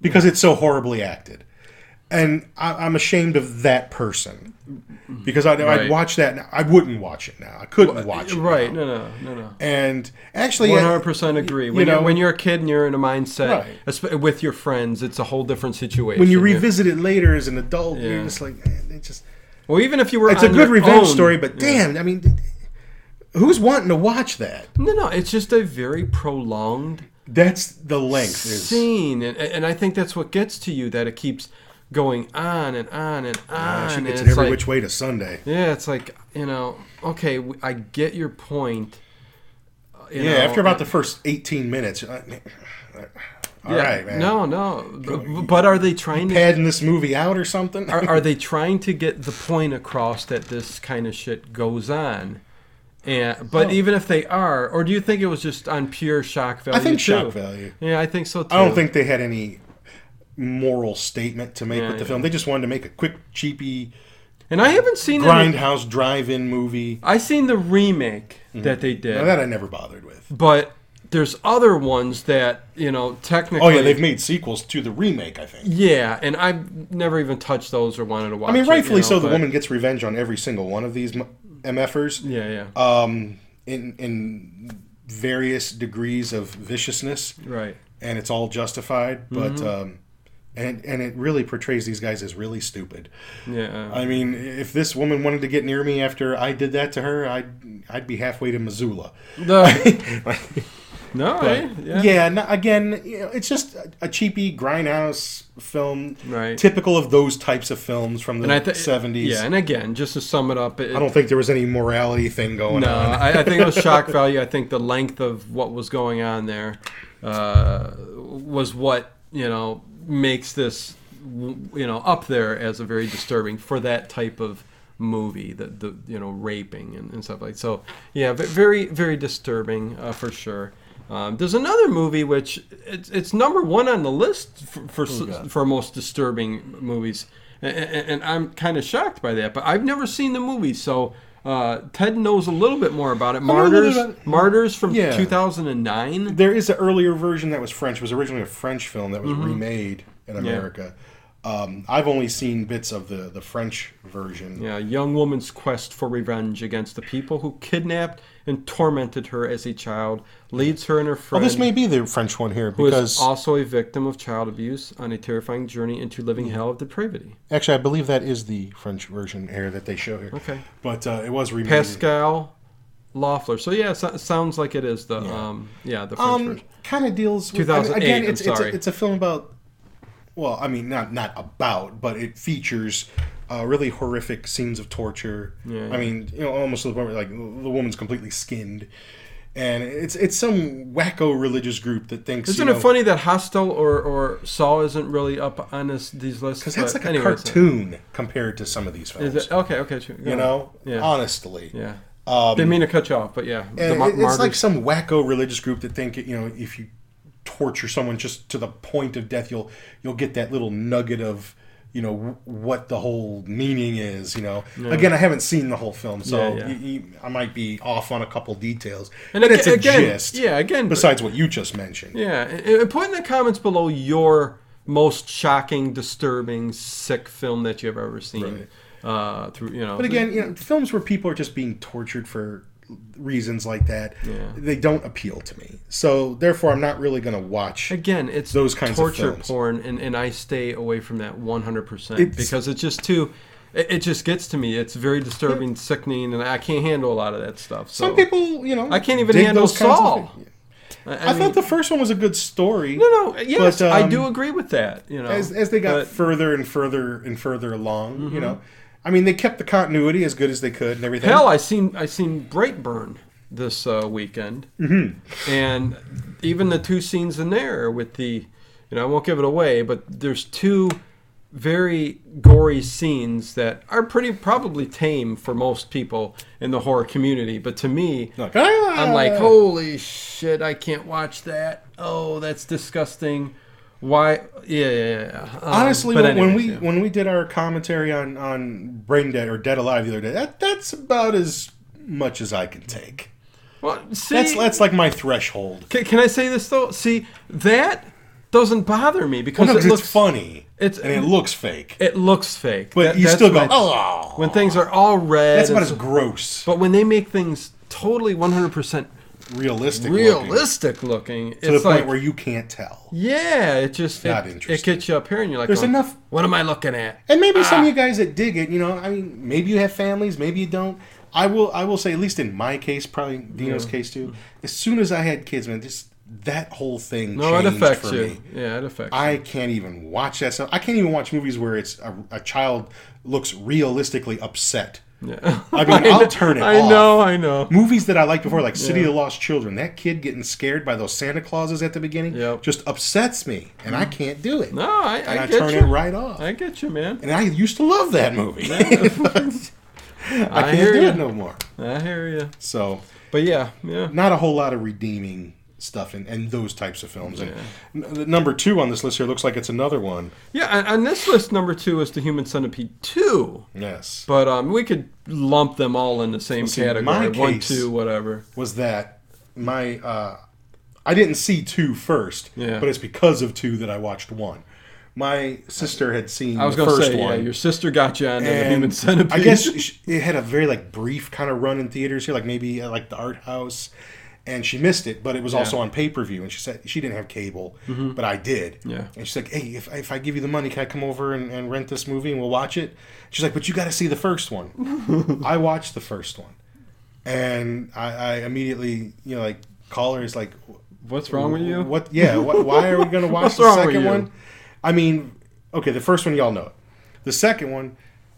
Speaker 2: because it's so horribly acted. And I, I'm ashamed of that person because I, I'd
Speaker 1: Right.
Speaker 2: watch that. Now. I wouldn't watch it now. I couldn't watch it. now.
Speaker 1: Right, no, no, no, no.
Speaker 2: And actually, uh,
Speaker 1: One
Speaker 2: I-
Speaker 1: hundred percent agree. When you
Speaker 2: know-
Speaker 1: are when you're a kid and you're in a mindset
Speaker 2: Right.
Speaker 1: esp with your friends, it's a whole different situation.
Speaker 2: when you revisit it later as an adult, you're
Speaker 1: Yeah.
Speaker 2: just like, eh, it just.
Speaker 1: well, even if you were,
Speaker 2: It's a
Speaker 1: on
Speaker 2: good
Speaker 1: your
Speaker 2: revenge
Speaker 1: own-
Speaker 2: story, but damn, I mean, who's wanting to watch that?
Speaker 1: no, no, it's just a very prolonged
Speaker 2: That's the length. Is,
Speaker 1: scene, and, and I think that's what gets to you that it keeps going on and on and on.
Speaker 2: gosh, it
Speaker 1: and
Speaker 2: gets
Speaker 1: it's
Speaker 2: every
Speaker 1: like,
Speaker 2: which way to Sunday.
Speaker 1: Yeah, it's like you know, okay, w- I get your point. uh, you
Speaker 2: Yeah,
Speaker 1: know,
Speaker 2: after about the first 18 minutes, you're like, all
Speaker 1: yeah,
Speaker 2: right, man.
Speaker 1: No, no, b- but are they trying to?
Speaker 2: padding this movie out or something.
Speaker 1: Are, are they trying to get the point across that this kind of shit goes on? And but even if they are, or do you think it was just on pure shock value?
Speaker 2: I think
Speaker 1: too?
Speaker 2: shock value.
Speaker 1: Yeah, I think so too.
Speaker 2: I don't think they had any moral statement to make
Speaker 1: Yeah,
Speaker 2: with the
Speaker 1: yeah.
Speaker 2: film. They just wanted to make a quick, cheapy
Speaker 1: and I haven't seen any-
Speaker 2: grindhouse drive-in movie.
Speaker 1: I seen the remake that they did.
Speaker 2: Mm-hmm. Now, that I never bothered with.
Speaker 1: but there's other ones that you know technically.
Speaker 2: Oh yeah, they've made sequels to the remake. I think.
Speaker 1: Yeah, and I've never even touched those or wanted to watch.
Speaker 2: I mean,
Speaker 1: it, you
Speaker 2: rightfully
Speaker 1: know,
Speaker 2: so. The
Speaker 1: but-
Speaker 2: woman gets revenge on every single one of these m- mfers.
Speaker 1: Yeah, yeah,
Speaker 2: Um, in in various degrees of viciousness.
Speaker 1: right.
Speaker 2: and it's all justified. But
Speaker 1: Mm-hmm.
Speaker 2: um, and and it really portrays these guys as really stupid.
Speaker 1: Yeah,
Speaker 2: I mean, if this woman wanted to get near me after I did that to her, I'd I'd be halfway to Missoula.
Speaker 1: no,
Speaker 2: But,
Speaker 1: no, eh?
Speaker 2: yeah,
Speaker 1: yeah.
Speaker 2: no, again, you know, it's just a, a cheapy grindhouse film,
Speaker 1: Right.
Speaker 2: typical of those types of films from
Speaker 1: And I
Speaker 2: the
Speaker 1: think
Speaker 2: seventies.
Speaker 1: Yeah, and again, just to sum it up, it,
Speaker 2: I don't think there was any morality thing going
Speaker 1: no,
Speaker 2: on.
Speaker 1: I, I think it was shock value. I think the length of what was going on there uh, was what you know makes this w- you know up there as a very disturbing for that type of movie the the you know raping and, and stuff like so yeah but very very disturbing uh, for sure um, there's another movie which it's, it's number one on the list for for, s- for most disturbing movies and, and I'm kind of shocked by that but I've never seen the movie so uh, Ted knows a little bit more about it
Speaker 2: know a little
Speaker 1: Martyrs
Speaker 2: bit about-
Speaker 1: Martyrs from
Speaker 2: Yeah.
Speaker 1: 2009
Speaker 2: There is an earlier version that was French. It was originally a French film that was
Speaker 1: Mm-hmm.
Speaker 2: remade in America. Um, I've only seen bits of the, the French version.
Speaker 1: Yeah, a young woman's quest for revenge against the people who kidnapped and tormented her as a child leads her and her
Speaker 2: Well,
Speaker 1: friend,
Speaker 2: this may be the French one here
Speaker 1: who
Speaker 2: because
Speaker 1: is also a victim of child abuse, on a terrifying journey into living hell of depravity.
Speaker 2: actually, I believe that is the French version here that they show here.
Speaker 1: Okay.
Speaker 2: But uh, it was remade.
Speaker 1: Pascal Loeffler. So yeah, so, sounds like it is the um yeah the French
Speaker 2: um,
Speaker 1: version.
Speaker 2: kind of deals with
Speaker 1: 2008,
Speaker 2: again.
Speaker 1: I'm
Speaker 2: It's it's,
Speaker 1: sorry.
Speaker 2: A, it's a film about. Well, I mean, not not about, but it features uh, really horrific scenes of torture.
Speaker 1: Yeah,
Speaker 2: I mean, you know, almost to the point where like the woman's completely skinned, and it's it's some wacko religious group that thinks
Speaker 1: Isn't
Speaker 2: you
Speaker 1: it
Speaker 2: know,
Speaker 1: funny that Hostel or, or Saw isn't really up on this, these lists?
Speaker 2: because that's
Speaker 1: but
Speaker 2: like a
Speaker 1: anyways,
Speaker 2: cartoon compared to some of these films.
Speaker 1: Is it, okay, okay, sure, go
Speaker 2: you
Speaker 1: on.
Speaker 2: know,
Speaker 1: Yeah.
Speaker 2: honestly,
Speaker 1: Yeah,
Speaker 2: Um,
Speaker 1: didn't mean to cut you off, but yeah,
Speaker 2: And
Speaker 1: mar-
Speaker 2: it- it's like
Speaker 1: martyrs-
Speaker 2: some wacko religious group that think you know if you torture someone just to the point of death, you'll you'll get that little nugget of you know w- what the whole meaning is. You know, again, I haven't seen the whole film, so
Speaker 1: Yeah, yeah.
Speaker 2: You, you- I might be off on a couple details.
Speaker 1: And
Speaker 2: but it's a
Speaker 1: aga- again-
Speaker 2: gist.
Speaker 1: yeah, again, but-
Speaker 2: Besides what you just mentioned,
Speaker 1: Yeah, and- and put in the comments below your most shocking, disturbing, sick film that you've ever seen. Uh, through you know,
Speaker 2: But again, you know, films where people are just being tortured for reasons like that,
Speaker 1: Yeah.
Speaker 2: they don't appeal to me. So therefore, I'm not really going to watch.
Speaker 1: again, it's
Speaker 2: those kinds of
Speaker 1: torture
Speaker 2: films.
Speaker 1: porn, and, and I stay away from that 100 percent
Speaker 2: It's-
Speaker 1: because it's just too. It, it just gets to me. It's very disturbing, sickening, and I can't handle a lot of that stuff. So
Speaker 2: Some people, you know,
Speaker 1: I can't even
Speaker 2: dig
Speaker 1: handle
Speaker 2: those kinds of
Speaker 1: Saul.
Speaker 2: things.
Speaker 1: I,
Speaker 2: I, thought the first one was a good story.
Speaker 1: no, no, yes,
Speaker 2: But,
Speaker 1: I
Speaker 2: um,
Speaker 1: do agree with that. You know,
Speaker 2: As, as they got
Speaker 1: but- Mm-hmm.
Speaker 2: further and further and further along, you know, I I mean, they kept the continuity as good as they could and everything.
Speaker 1: Hell, I seen I seen Brightburn this uh, weekend, mm-hmm. and even the two scenes in there with the, you know, I won't give it away, but there's two very gory scenes that are pretty probably tame for most people in the horror community, but to me,
Speaker 2: Like, "Ah!"
Speaker 1: I'm like, holy shit, I can't watch that. Oh, that's disgusting. Why? Yeah, yeah, yeah. Um,
Speaker 2: Honestly,
Speaker 1: but
Speaker 2: when, when
Speaker 1: anyways,
Speaker 2: we
Speaker 1: yeah.
Speaker 2: when we did our commentary on on Brain Dead or Dead Alive the other day, that that's about as much as I can take.
Speaker 1: well, see,
Speaker 2: That's that's like my threshold.
Speaker 1: Can, can I say this though? See, that doesn't bother me because
Speaker 2: No, 'cause
Speaker 1: it looks
Speaker 2: it's funny.
Speaker 1: it's-
Speaker 2: and it looks fake,
Speaker 1: It looks fake,
Speaker 2: but
Speaker 1: That-
Speaker 2: you
Speaker 1: that's
Speaker 2: still go,
Speaker 1: my-
Speaker 2: oh,
Speaker 1: when things are all red.
Speaker 2: that's
Speaker 1: and
Speaker 2: about as
Speaker 1: so-
Speaker 2: gross,
Speaker 1: but when they make things totally 100 percent
Speaker 2: realistic, looking, to
Speaker 1: realistic looking, it's
Speaker 2: the point
Speaker 1: like
Speaker 2: where you can't tell.
Speaker 1: yeah, it just
Speaker 2: Not
Speaker 1: it, it
Speaker 2: interesting.
Speaker 1: gets you up here and you're like,
Speaker 2: There's
Speaker 1: going,
Speaker 2: enough-
Speaker 1: What am I looking at?
Speaker 2: And maybe some of you guys that dig it, you know, I mean, maybe you have families, maybe you don't. I will, I will say, at least in my case, probably Dino's case too. As soon as I had kids, man, just that whole thing
Speaker 1: No, it
Speaker 2: changed
Speaker 1: affects
Speaker 2: for
Speaker 1: you.
Speaker 2: me.
Speaker 1: Yeah, it affects. you.
Speaker 2: I can't even watch that stuff. I can't even watch movies where it's a, a child looks realistically upset.
Speaker 1: Yeah.
Speaker 2: I mean,
Speaker 1: know-
Speaker 2: I'll turn it
Speaker 1: I
Speaker 2: off.
Speaker 1: know, I know.
Speaker 2: movies that I liked before, like City of the Lost Children, that kid getting scared by those Santa Clauses at the beginning
Speaker 1: Yep. Mm.
Speaker 2: just upsets me, and I can't do it.
Speaker 1: No, I,
Speaker 2: and
Speaker 1: I,
Speaker 2: I,
Speaker 1: get
Speaker 2: turn
Speaker 1: you.
Speaker 2: it right off.
Speaker 1: I get you, man.
Speaker 2: and I used to love that movie. I
Speaker 1: I
Speaker 2: can't
Speaker 1: hear
Speaker 2: do
Speaker 1: you.
Speaker 2: it no more.
Speaker 1: I hear you.
Speaker 2: So,
Speaker 1: But yeah, yeah.
Speaker 2: not a whole lot of redeeming stuff in, in those types of films. And n- the number two on this list here looks like it's another one.
Speaker 1: Yeah, on- on this list, number two is The Human Centipede 2.
Speaker 2: Yes.
Speaker 1: But um, we could lump them all in the same
Speaker 2: See,
Speaker 1: category.
Speaker 2: my
Speaker 1: One,
Speaker 2: case-
Speaker 1: two, whatever.
Speaker 2: was that my uh, I didn't see two first,
Speaker 1: Yeah.
Speaker 2: but it's because of two that I watched one. My sister had seen
Speaker 1: I was
Speaker 2: the
Speaker 1: going to
Speaker 2: first
Speaker 1: say,
Speaker 2: one.
Speaker 1: yeah, your sister got you on The
Speaker 2: and
Speaker 1: Human Centipede.
Speaker 2: I guess she- it had a very like brief kind of run in theaters here, like maybe at, like the art house, and she missed it. But it was also on pay per view, and she said she didn't have cable, but I did.
Speaker 1: Mm-hmm. Yeah.
Speaker 2: And she's like, "Hey, if, if I give you the money, can I come over and, and rent this movie and we'll watch it?" She's like, "But you got to see the first one." I watched the first one, and I, I immediately you know like call her is like,
Speaker 1: What's wrong with you?
Speaker 2: What? Yeah. What, why are we going to watch
Speaker 1: What's
Speaker 2: the
Speaker 1: wrong with
Speaker 2: second
Speaker 1: you?
Speaker 2: one? I mean, okay, the first one y'all know it. The second one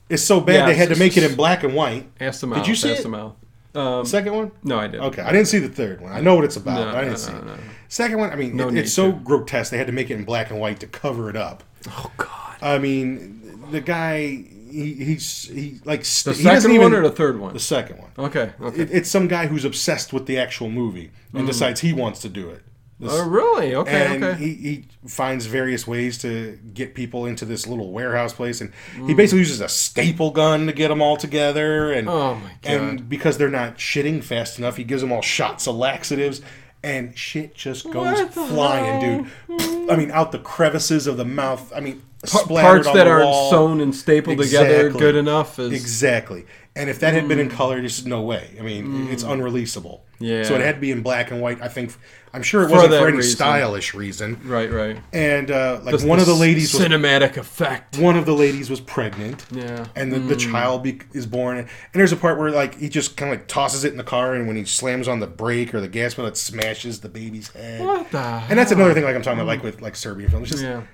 Speaker 2: is so bad
Speaker 1: Yeah,
Speaker 2: they had to
Speaker 1: it's-
Speaker 2: make it in black and white.
Speaker 1: Ask them
Speaker 2: Did
Speaker 1: out.
Speaker 2: you see
Speaker 1: ask
Speaker 2: it?
Speaker 1: them out. Um,
Speaker 2: Second one?
Speaker 1: no, I didn't.
Speaker 2: Okay, I didn't see the third one. I know what it's about,
Speaker 1: No,
Speaker 2: but I didn't
Speaker 1: no,
Speaker 2: see
Speaker 1: no,
Speaker 2: it.
Speaker 1: no.
Speaker 2: Second one, I mean,
Speaker 1: No
Speaker 2: it-
Speaker 1: need
Speaker 2: it's so
Speaker 1: to.
Speaker 2: grotesque they had to make it in black and white to cover it up.
Speaker 1: Oh, God.
Speaker 2: I mean, the guy, he, he's he like
Speaker 1: The
Speaker 2: st- he doesn't
Speaker 1: second
Speaker 2: even-
Speaker 1: one or the third one?
Speaker 2: the second one.
Speaker 1: okay, okay.
Speaker 2: It, it's some guy who's obsessed with the actual movie and decides he wants to do it. This-
Speaker 1: Mm. oh, really? Okay,
Speaker 2: and
Speaker 1: okay.
Speaker 2: he, he finds various ways to get people into this little warehouse place and he basically uses a staple gun to get them all together and
Speaker 1: Oh, my
Speaker 2: and because they're not shitting fast enough he gives them all shots of laxatives and shit just goes
Speaker 1: What the
Speaker 2: flying
Speaker 1: hell?
Speaker 2: dude i mean out the crevices of the mouth i mean
Speaker 1: Pa-
Speaker 2: splattered
Speaker 1: parts
Speaker 2: on
Speaker 1: that
Speaker 2: the
Speaker 1: aren't
Speaker 2: wall.
Speaker 1: sewn and stapled together
Speaker 2: Exactly.
Speaker 1: good enough is
Speaker 2: Exactly. And if that had been in
Speaker 1: Hmm.
Speaker 2: color, there's no way. I mean, it's unreleasable.
Speaker 1: Yeah.
Speaker 2: So it had to be in black and white. I think. I'm sure it
Speaker 1: For
Speaker 2: wasn't
Speaker 1: that
Speaker 2: for any
Speaker 1: reason.
Speaker 2: stylish reason.
Speaker 1: right, right.
Speaker 2: And uh, like one of the ladies, was,
Speaker 1: cinematic effect.
Speaker 2: one of the ladies was pregnant.
Speaker 1: Yeah.
Speaker 2: And the, the child be- is born. And there's a part where like he just kind of like tosses it in the car, and when he slams on the brake or the gas pedal, it smashes the baby's head.
Speaker 1: What the?
Speaker 2: And that's another thing, like I'm talking about, like with like Serbian films. Just,
Speaker 1: Yeah. Hmm.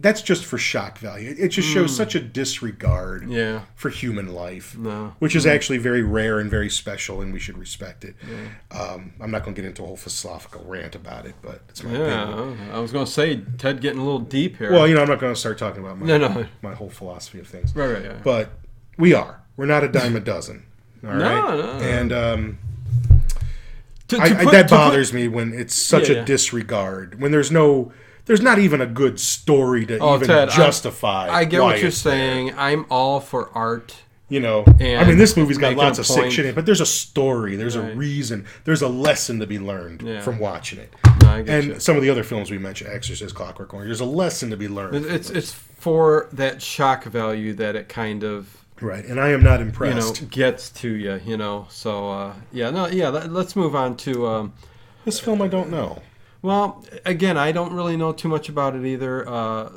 Speaker 2: That's just for shock value. It- It just shows such a disregard
Speaker 1: Yeah.
Speaker 2: for human life,
Speaker 1: No. Hmm.
Speaker 2: which is actually very rare and very special, and we should respect it. Um, I'm not going to get into a whole philosophical rant about it, but it's my opinion.
Speaker 1: Yeah, I was gonna say Ted getting a little deep here.
Speaker 2: Well, you know, I'm not going to start talking about my,
Speaker 1: no, no,
Speaker 2: my whole philosophy of things,
Speaker 1: right, right, yeah.
Speaker 2: but we are. We're not a dime a dozen. All right,
Speaker 1: no.
Speaker 2: and um,
Speaker 1: To- to
Speaker 2: I, I,
Speaker 1: put-
Speaker 2: that
Speaker 1: to put-
Speaker 2: bothers me when it's such
Speaker 1: Yeah,
Speaker 2: a
Speaker 1: yeah.
Speaker 2: disregard when there's no there's not even a good story to
Speaker 1: Oh,
Speaker 2: even
Speaker 1: Ted, I-
Speaker 2: justify.
Speaker 1: I get
Speaker 2: why
Speaker 1: what you're
Speaker 2: it's-
Speaker 1: saying. I'm all for art.
Speaker 2: You know, I
Speaker 1: And
Speaker 2: mean, this movie's got
Speaker 1: making a
Speaker 2: lots of sick
Speaker 1: point.
Speaker 2: shit in it, but there's a story, there's a
Speaker 1: Right.
Speaker 2: reason, there's a lesson to be learned
Speaker 1: Yeah.
Speaker 2: from watching it.
Speaker 1: No, I get
Speaker 2: And
Speaker 1: you.
Speaker 2: some of the other films we mentioned, Exorcist, Clockwork Orange, there's a lesson to be learned.
Speaker 1: It- It's it's for that shock value that it kind of
Speaker 2: right, and I am not
Speaker 1: you know
Speaker 2: impressed.
Speaker 1: gets to you. You know, so uh, yeah, no, yeah. Let, let's move on to. Um,
Speaker 2: this film I don't know.
Speaker 1: Well, again, I don't really know too much about it either. Uh,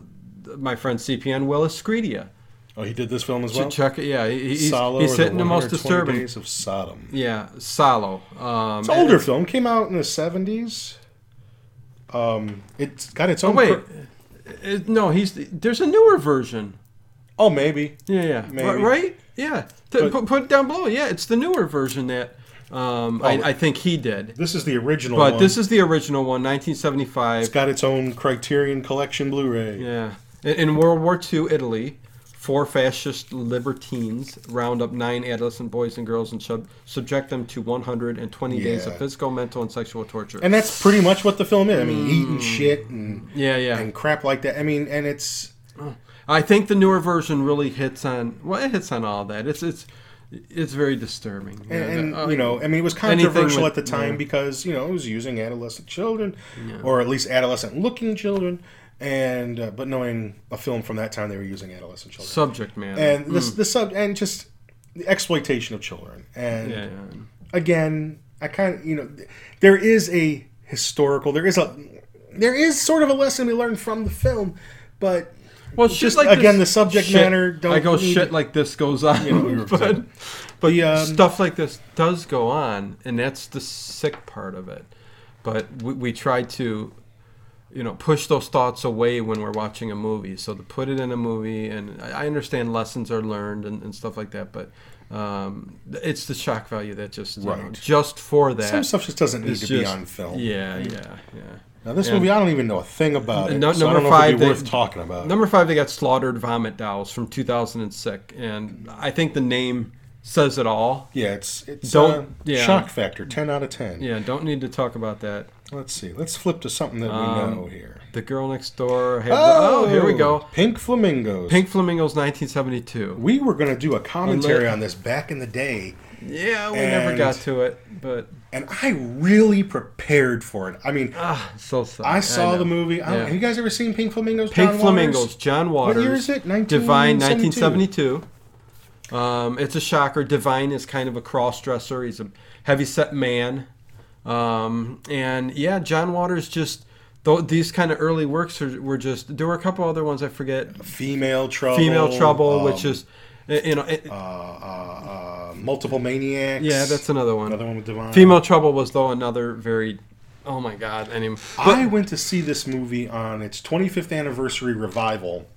Speaker 1: th- my friend CPN Willis Creedia.
Speaker 2: Oh, he did this film as well?
Speaker 1: check it. Yeah, he- he's,
Speaker 2: Solo
Speaker 1: he's
Speaker 2: or the
Speaker 1: hitting the most
Speaker 2: 120
Speaker 1: disturbing.
Speaker 2: Days of Sodom.
Speaker 1: Yeah, Solo. Um,
Speaker 2: It's an older film, came out in the 70s. Um, It's got its
Speaker 1: Oh
Speaker 2: own...
Speaker 1: wait, Uh,
Speaker 2: per-
Speaker 1: It- no, he's there's a newer version.
Speaker 2: oh, maybe.
Speaker 1: Yeah, yeah,
Speaker 2: Maybe.
Speaker 1: Ri- right. Yeah, to, put, put it down below. Yeah, it's the newer version that um,
Speaker 2: Oh.
Speaker 1: I, I think he did.
Speaker 2: This is the original
Speaker 1: But
Speaker 2: one.
Speaker 1: this is the original one, 1975.
Speaker 2: it's got its own Criterion Collection Blu-ray.
Speaker 1: Yeah. In, in World War II, Italy, four fascist libertines round up nine adolescent boys and girls and sub- subject them to 120 days of
Speaker 2: Yeah.
Speaker 1: physical, mental, and sexual torture.
Speaker 2: And that's pretty much what the film is. I mean, eating shit and
Speaker 1: yeah, Mm. yeah.
Speaker 2: and crap like that. I mean, and it's
Speaker 1: I think the newer version really hits on well, it hits on all that. It's it's it's very disturbing. Yeah,
Speaker 2: and,
Speaker 1: uh,
Speaker 2: you know, I mean, it was
Speaker 1: anything
Speaker 2: controversial
Speaker 1: with-
Speaker 2: at the time
Speaker 1: yeah.
Speaker 2: because you know it was using adolescent children, or at least adolescent-looking children, and uh, but knowing a film from that time, they were using adolescent children,
Speaker 1: subject matter.
Speaker 2: and this the sub and just the exploitation of children, and
Speaker 1: yeah,
Speaker 2: again, I kind of you know, there is a historical, there is a, there is sort of a lesson we learned from the film, but
Speaker 1: Well, shit
Speaker 2: Just,
Speaker 1: like
Speaker 2: again,
Speaker 1: this-
Speaker 2: the subject
Speaker 1: shit-
Speaker 2: matter don't
Speaker 1: I go
Speaker 2: need-
Speaker 1: shit like this goes on,
Speaker 2: know, we were-
Speaker 1: but but
Speaker 2: The, um,
Speaker 1: stuff like this does go on, and that's the sick part of it. But we, we try to, you know, push those thoughts away when we're watching a movie. So to put it in a movie, and I I understand lessons are learned and, and stuff like that, but um, it's the shock value that just you know,
Speaker 2: Right.
Speaker 1: just for that.
Speaker 2: some stuff just doesn't need
Speaker 1: it's
Speaker 2: to be
Speaker 1: just-
Speaker 2: on film.
Speaker 1: Yeah, yeah, yeah.
Speaker 2: Now this
Speaker 1: And-
Speaker 2: movie, I don't even know a thing about it.
Speaker 1: No-
Speaker 2: so I
Speaker 1: number
Speaker 2: don't know if it'd
Speaker 1: five,
Speaker 2: be
Speaker 1: they-
Speaker 2: worth talking about.
Speaker 1: Number five, they got slaughtered vomit dolls from 2006, and I think the name says it all.
Speaker 2: yeah, it's it's
Speaker 1: Don't-
Speaker 2: uh,
Speaker 1: yeah.
Speaker 2: shock factor, ten out of ten.
Speaker 1: Yeah, don't need to talk about that.
Speaker 2: Let's see. Let's flip to something that we
Speaker 1: Um,
Speaker 2: know here.
Speaker 1: The girl next door. Had oh, the, oh, here we go.
Speaker 2: Pink flamingos.
Speaker 1: Pink Flamingos, 1972.
Speaker 2: We were gonna do a commentary
Speaker 1: Unli-
Speaker 2: on this back in the day,
Speaker 1: Yeah, we never
Speaker 2: And-
Speaker 1: got to it, but
Speaker 2: and I really prepared for it. I mean,
Speaker 1: ah, so sad.
Speaker 2: I saw
Speaker 1: know.
Speaker 2: the movie. I don't,
Speaker 1: Yeah.
Speaker 2: Have you guys ever seen Pink Flamingos?
Speaker 1: Pink
Speaker 2: John Waters?
Speaker 1: Flamingos, John Waters.
Speaker 2: What year is it?
Speaker 1: Divine,
Speaker 2: 1972.
Speaker 1: 1972. Um, it's a shocker. Divine is kind of a cross dresser. He's a heavy set man. Um, and yeah, John Waters just, though these kind of early works are, were just, there were a couple other ones I forget.
Speaker 2: Female trouble.
Speaker 1: Female Trouble,
Speaker 2: um,
Speaker 1: which is, eh, you know, it,
Speaker 2: uh, uh, uh, multiple maniacs.
Speaker 1: yeah, that's another one.
Speaker 2: another one with Divine.
Speaker 1: Female Trouble was though another very, oh my god, anyway.
Speaker 2: I went to see this movie on its 25th anniversary revival.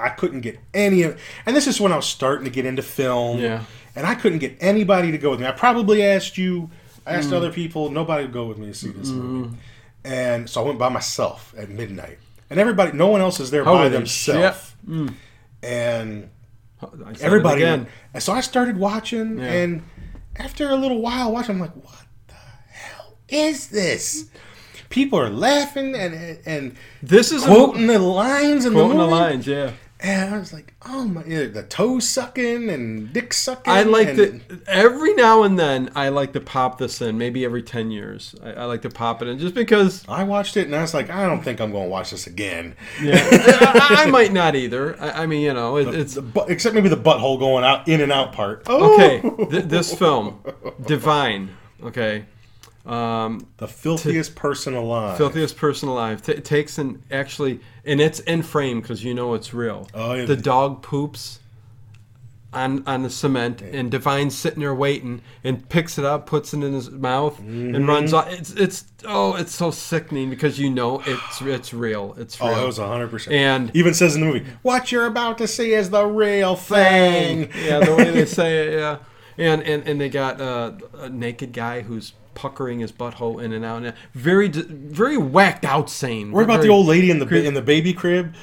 Speaker 2: I couldn't get any of, and this is when I was starting to get into film.
Speaker 1: Yeah.
Speaker 2: and I couldn't get anybody to go with me. I probably asked you, I asked other people, nobody would go with me to see this movie, and so I went by myself at midnight, and everybody, no one else is there by
Speaker 1: Holy
Speaker 2: themselves, and
Speaker 1: I said it
Speaker 2: everybody.
Speaker 1: again.
Speaker 2: And so I started watching,
Speaker 1: Yeah.
Speaker 2: and after a little while watching, I'm like, what the hell is this? People are laughing and and
Speaker 1: This is a-
Speaker 2: quoting the lines in
Speaker 1: quoting
Speaker 2: the
Speaker 1: the
Speaker 2: movie.
Speaker 1: lines, yeah.
Speaker 2: And I was like, oh my, yeah, the toe sucking and dick sucking.
Speaker 1: I like
Speaker 2: and,
Speaker 1: that every now and then. I like to pop this in, maybe every ten years. I, I like to pop it in just because.
Speaker 2: I watched it and I was like, I don't think I'm going to watch this again.
Speaker 1: Yeah, I, I- I might not either. I, I mean, you know, it, it's
Speaker 2: The bu- except maybe the butthole going out in and out part. Oh,
Speaker 1: okay. Th- this film, Divine. Okay, um,
Speaker 2: the filthiest person alive.
Speaker 1: filthiest person alive t- takes an actually, and it's in frame because you know it's real.
Speaker 2: Oh, yeah.
Speaker 1: The dog poops on on the cement,
Speaker 2: Mm-hmm.
Speaker 1: and Divine's sitting there waiting, and picks it up, puts it in his mouth,
Speaker 2: Mm-hmm.
Speaker 1: and runs off. It's it's oh, it's so sickening because you know it's it's real. It's real.
Speaker 2: Oh, that was 100%.
Speaker 1: And-
Speaker 2: even says in the movie, what you're about to see is the real thing.
Speaker 1: Yeah, the way they say it. Yeah, and and and they got uh, a naked guy who's puckering his butthole in and out. And out. Very d- very whacked out scene.
Speaker 2: What about
Speaker 1: Very-
Speaker 2: the old lady in the ba- in the baby crib?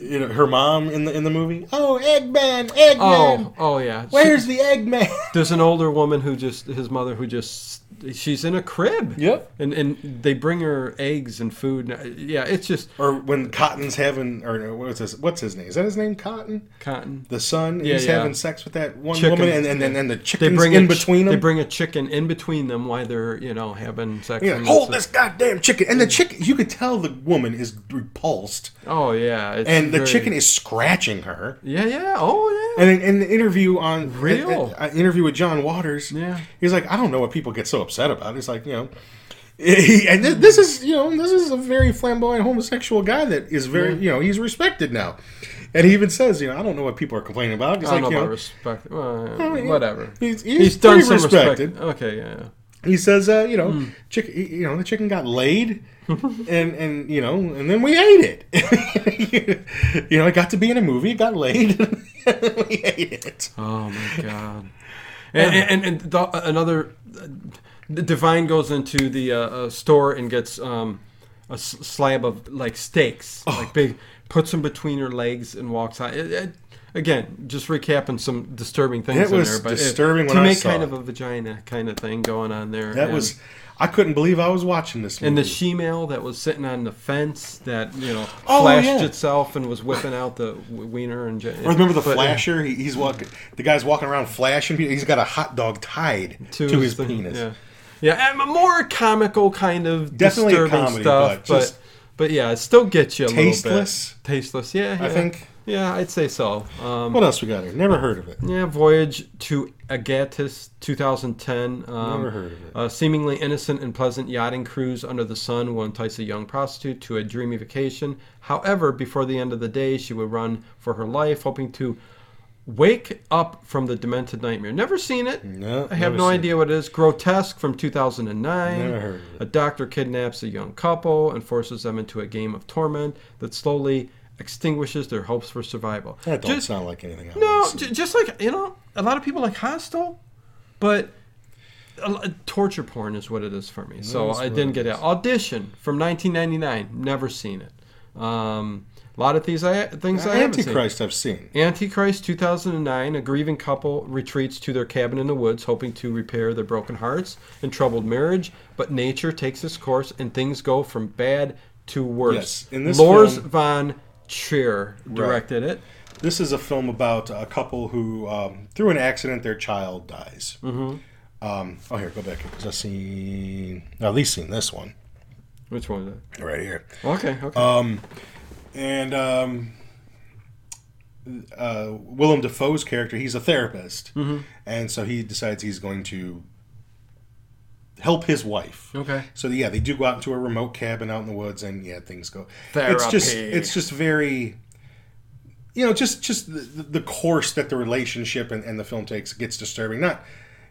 Speaker 2: You know, her mom in the in the movie. Oh, Eggman, Eggman.
Speaker 1: Oh, oh yeah.
Speaker 2: Where's the Eggman?
Speaker 1: There's an older woman who just his mother who just she's in a crib.
Speaker 2: Yep.
Speaker 1: And and they bring her eggs and food. and- Yeah, it's just
Speaker 2: or when Cotton's having, or what's his what's his name? Is that his name? Cotton,
Speaker 1: cotton.
Speaker 2: the son.
Speaker 1: Yeah,
Speaker 2: he's
Speaker 1: yeah.
Speaker 2: having sex with that one
Speaker 1: Chicken.
Speaker 2: woman, and and and, and the
Speaker 1: They
Speaker 2: chickens
Speaker 1: bring
Speaker 2: in
Speaker 1: a ch-
Speaker 2: between
Speaker 1: They
Speaker 2: them.
Speaker 1: bring a chicken in between them while they're you know having sex.
Speaker 2: Yeah, oh,
Speaker 1: and
Speaker 2: hold
Speaker 1: it's-
Speaker 2: this goddamn chicken, and the chicken. You could tell the woman is repulsed,
Speaker 1: Oh yeah. it's
Speaker 2: and the
Speaker 1: very-
Speaker 2: chicken is scratching her.
Speaker 1: Yeah, yeah. Oh yeah.
Speaker 2: And in, in the interview on
Speaker 1: Real.
Speaker 2: an interview with John Waters,
Speaker 1: Yeah.
Speaker 2: he's like, I don't know what people get so upset about. He's like, you know, and thi- this is you know this is a very flamboyant homosexual guy that is very you know he's respected now, and he even says you know I don't know what people are complaining about. He's
Speaker 1: I don't
Speaker 2: like,
Speaker 1: know
Speaker 2: you
Speaker 1: about
Speaker 2: know,
Speaker 1: respect. Well,
Speaker 2: he-
Speaker 1: whatever.
Speaker 2: he's, he's,
Speaker 1: He's done
Speaker 2: pretty
Speaker 1: some
Speaker 2: respected.
Speaker 1: respect. Hmm. Okay, yeah. yeah.
Speaker 2: He says, uh, you know, chick, you know, the chicken got laid, and and you know, and then we ate it. you know, it got to be in a movie. It got laid. we hated it.
Speaker 1: Oh my god. And and, and, and the, uh, another the divine goes into the uh, uh, store and gets um, a s- slab of like steaks,
Speaker 2: Oh.
Speaker 1: like big, puts them between her legs and walks out. It, it, again, just recapping some disturbing things
Speaker 2: It
Speaker 1: in there,
Speaker 2: was
Speaker 1: but
Speaker 2: disturbing
Speaker 1: it,
Speaker 2: when I
Speaker 1: make
Speaker 2: saw
Speaker 1: kind
Speaker 2: it.
Speaker 1: of a vagina kind of thing going on there.
Speaker 2: That
Speaker 1: and-
Speaker 2: was. I couldn't believe I was watching this movie.
Speaker 1: and the shemale that was sitting on the fence that you know
Speaker 2: Oh,
Speaker 1: flashed
Speaker 2: yeah.
Speaker 1: itself and was whipping out the w- wiener and. j-
Speaker 2: Or remember the
Speaker 1: but-
Speaker 2: flasher? He, he's walking. The guy's walking around flashing. He's got a hot dog tied to, his
Speaker 1: thing,
Speaker 2: penis.
Speaker 1: Yeah, yeah, and more comical kind of
Speaker 2: Definitely a
Speaker 1: disturbing
Speaker 2: comedy,
Speaker 1: stuff,
Speaker 2: but just-
Speaker 1: but but yeah, it still gets you a
Speaker 2: Tasteless?
Speaker 1: little bit. Tasteless, yeah,
Speaker 2: I
Speaker 1: yeah.
Speaker 2: think.
Speaker 1: Yeah, I'd say so. Um,
Speaker 2: What else we got here? Never heard of it.
Speaker 1: yeah, Voyage to Agatis, 2010. Um,
Speaker 2: Never heard of it.
Speaker 1: A seemingly innocent and pleasant yachting cruise under the sun will entice a young prostitute to a dreamy vacation. However, before the end of the day, she would run for her life, hoping to wake up from the demented nightmare. Never seen it.
Speaker 2: No,
Speaker 1: I have
Speaker 2: never
Speaker 1: no
Speaker 2: seen
Speaker 1: idea what it is. Grotesque from 2009.
Speaker 2: Never heard of it.
Speaker 1: A doctor kidnaps a young couple and forces them into a game of torment that slowly extinguishes their hopes for survival.
Speaker 2: That don't
Speaker 1: Just-
Speaker 2: sound like anything. I
Speaker 1: no,
Speaker 2: wanna see.
Speaker 1: j- just like you know, a lot of people like Hostel, but a lo- torture porn is what it is for me. So
Speaker 2: That's
Speaker 1: I
Speaker 2: what
Speaker 1: didn't
Speaker 2: it
Speaker 1: get it. Audition from 1999, never seen it. Um, a lot of these I things I haven't seen.
Speaker 2: Antichrist, I've seen.
Speaker 1: Antichrist 2009, a grieving couple retreats to their cabin in the woods, hoping to repair their broken hearts and troubled marriage. But nature takes its course, and things go from bad to worse.
Speaker 2: Yes, in this
Speaker 1: Lars
Speaker 2: film-
Speaker 1: von Trier directed it.
Speaker 2: This is a film about a couple who, um, through an accident, their child dies. Mm-hmm. Um, oh, here, go back because I've seen. At least seen this one
Speaker 1: Which one is it?
Speaker 2: right here.
Speaker 1: Okay,
Speaker 2: Uh,
Speaker 1: okay.
Speaker 2: Um, and um, uh, Willem Dafoe's character, he's a therapist, and so he decides he's going to help his wife.
Speaker 1: Okay.
Speaker 2: So yeah, they do go out into a remote cabin out in the woods, and yeah, things go. It's just
Speaker 1: Therapy.
Speaker 2: it's just very, you know, just just the, the course that the relationship and, and the film takes gets disturbing. Not.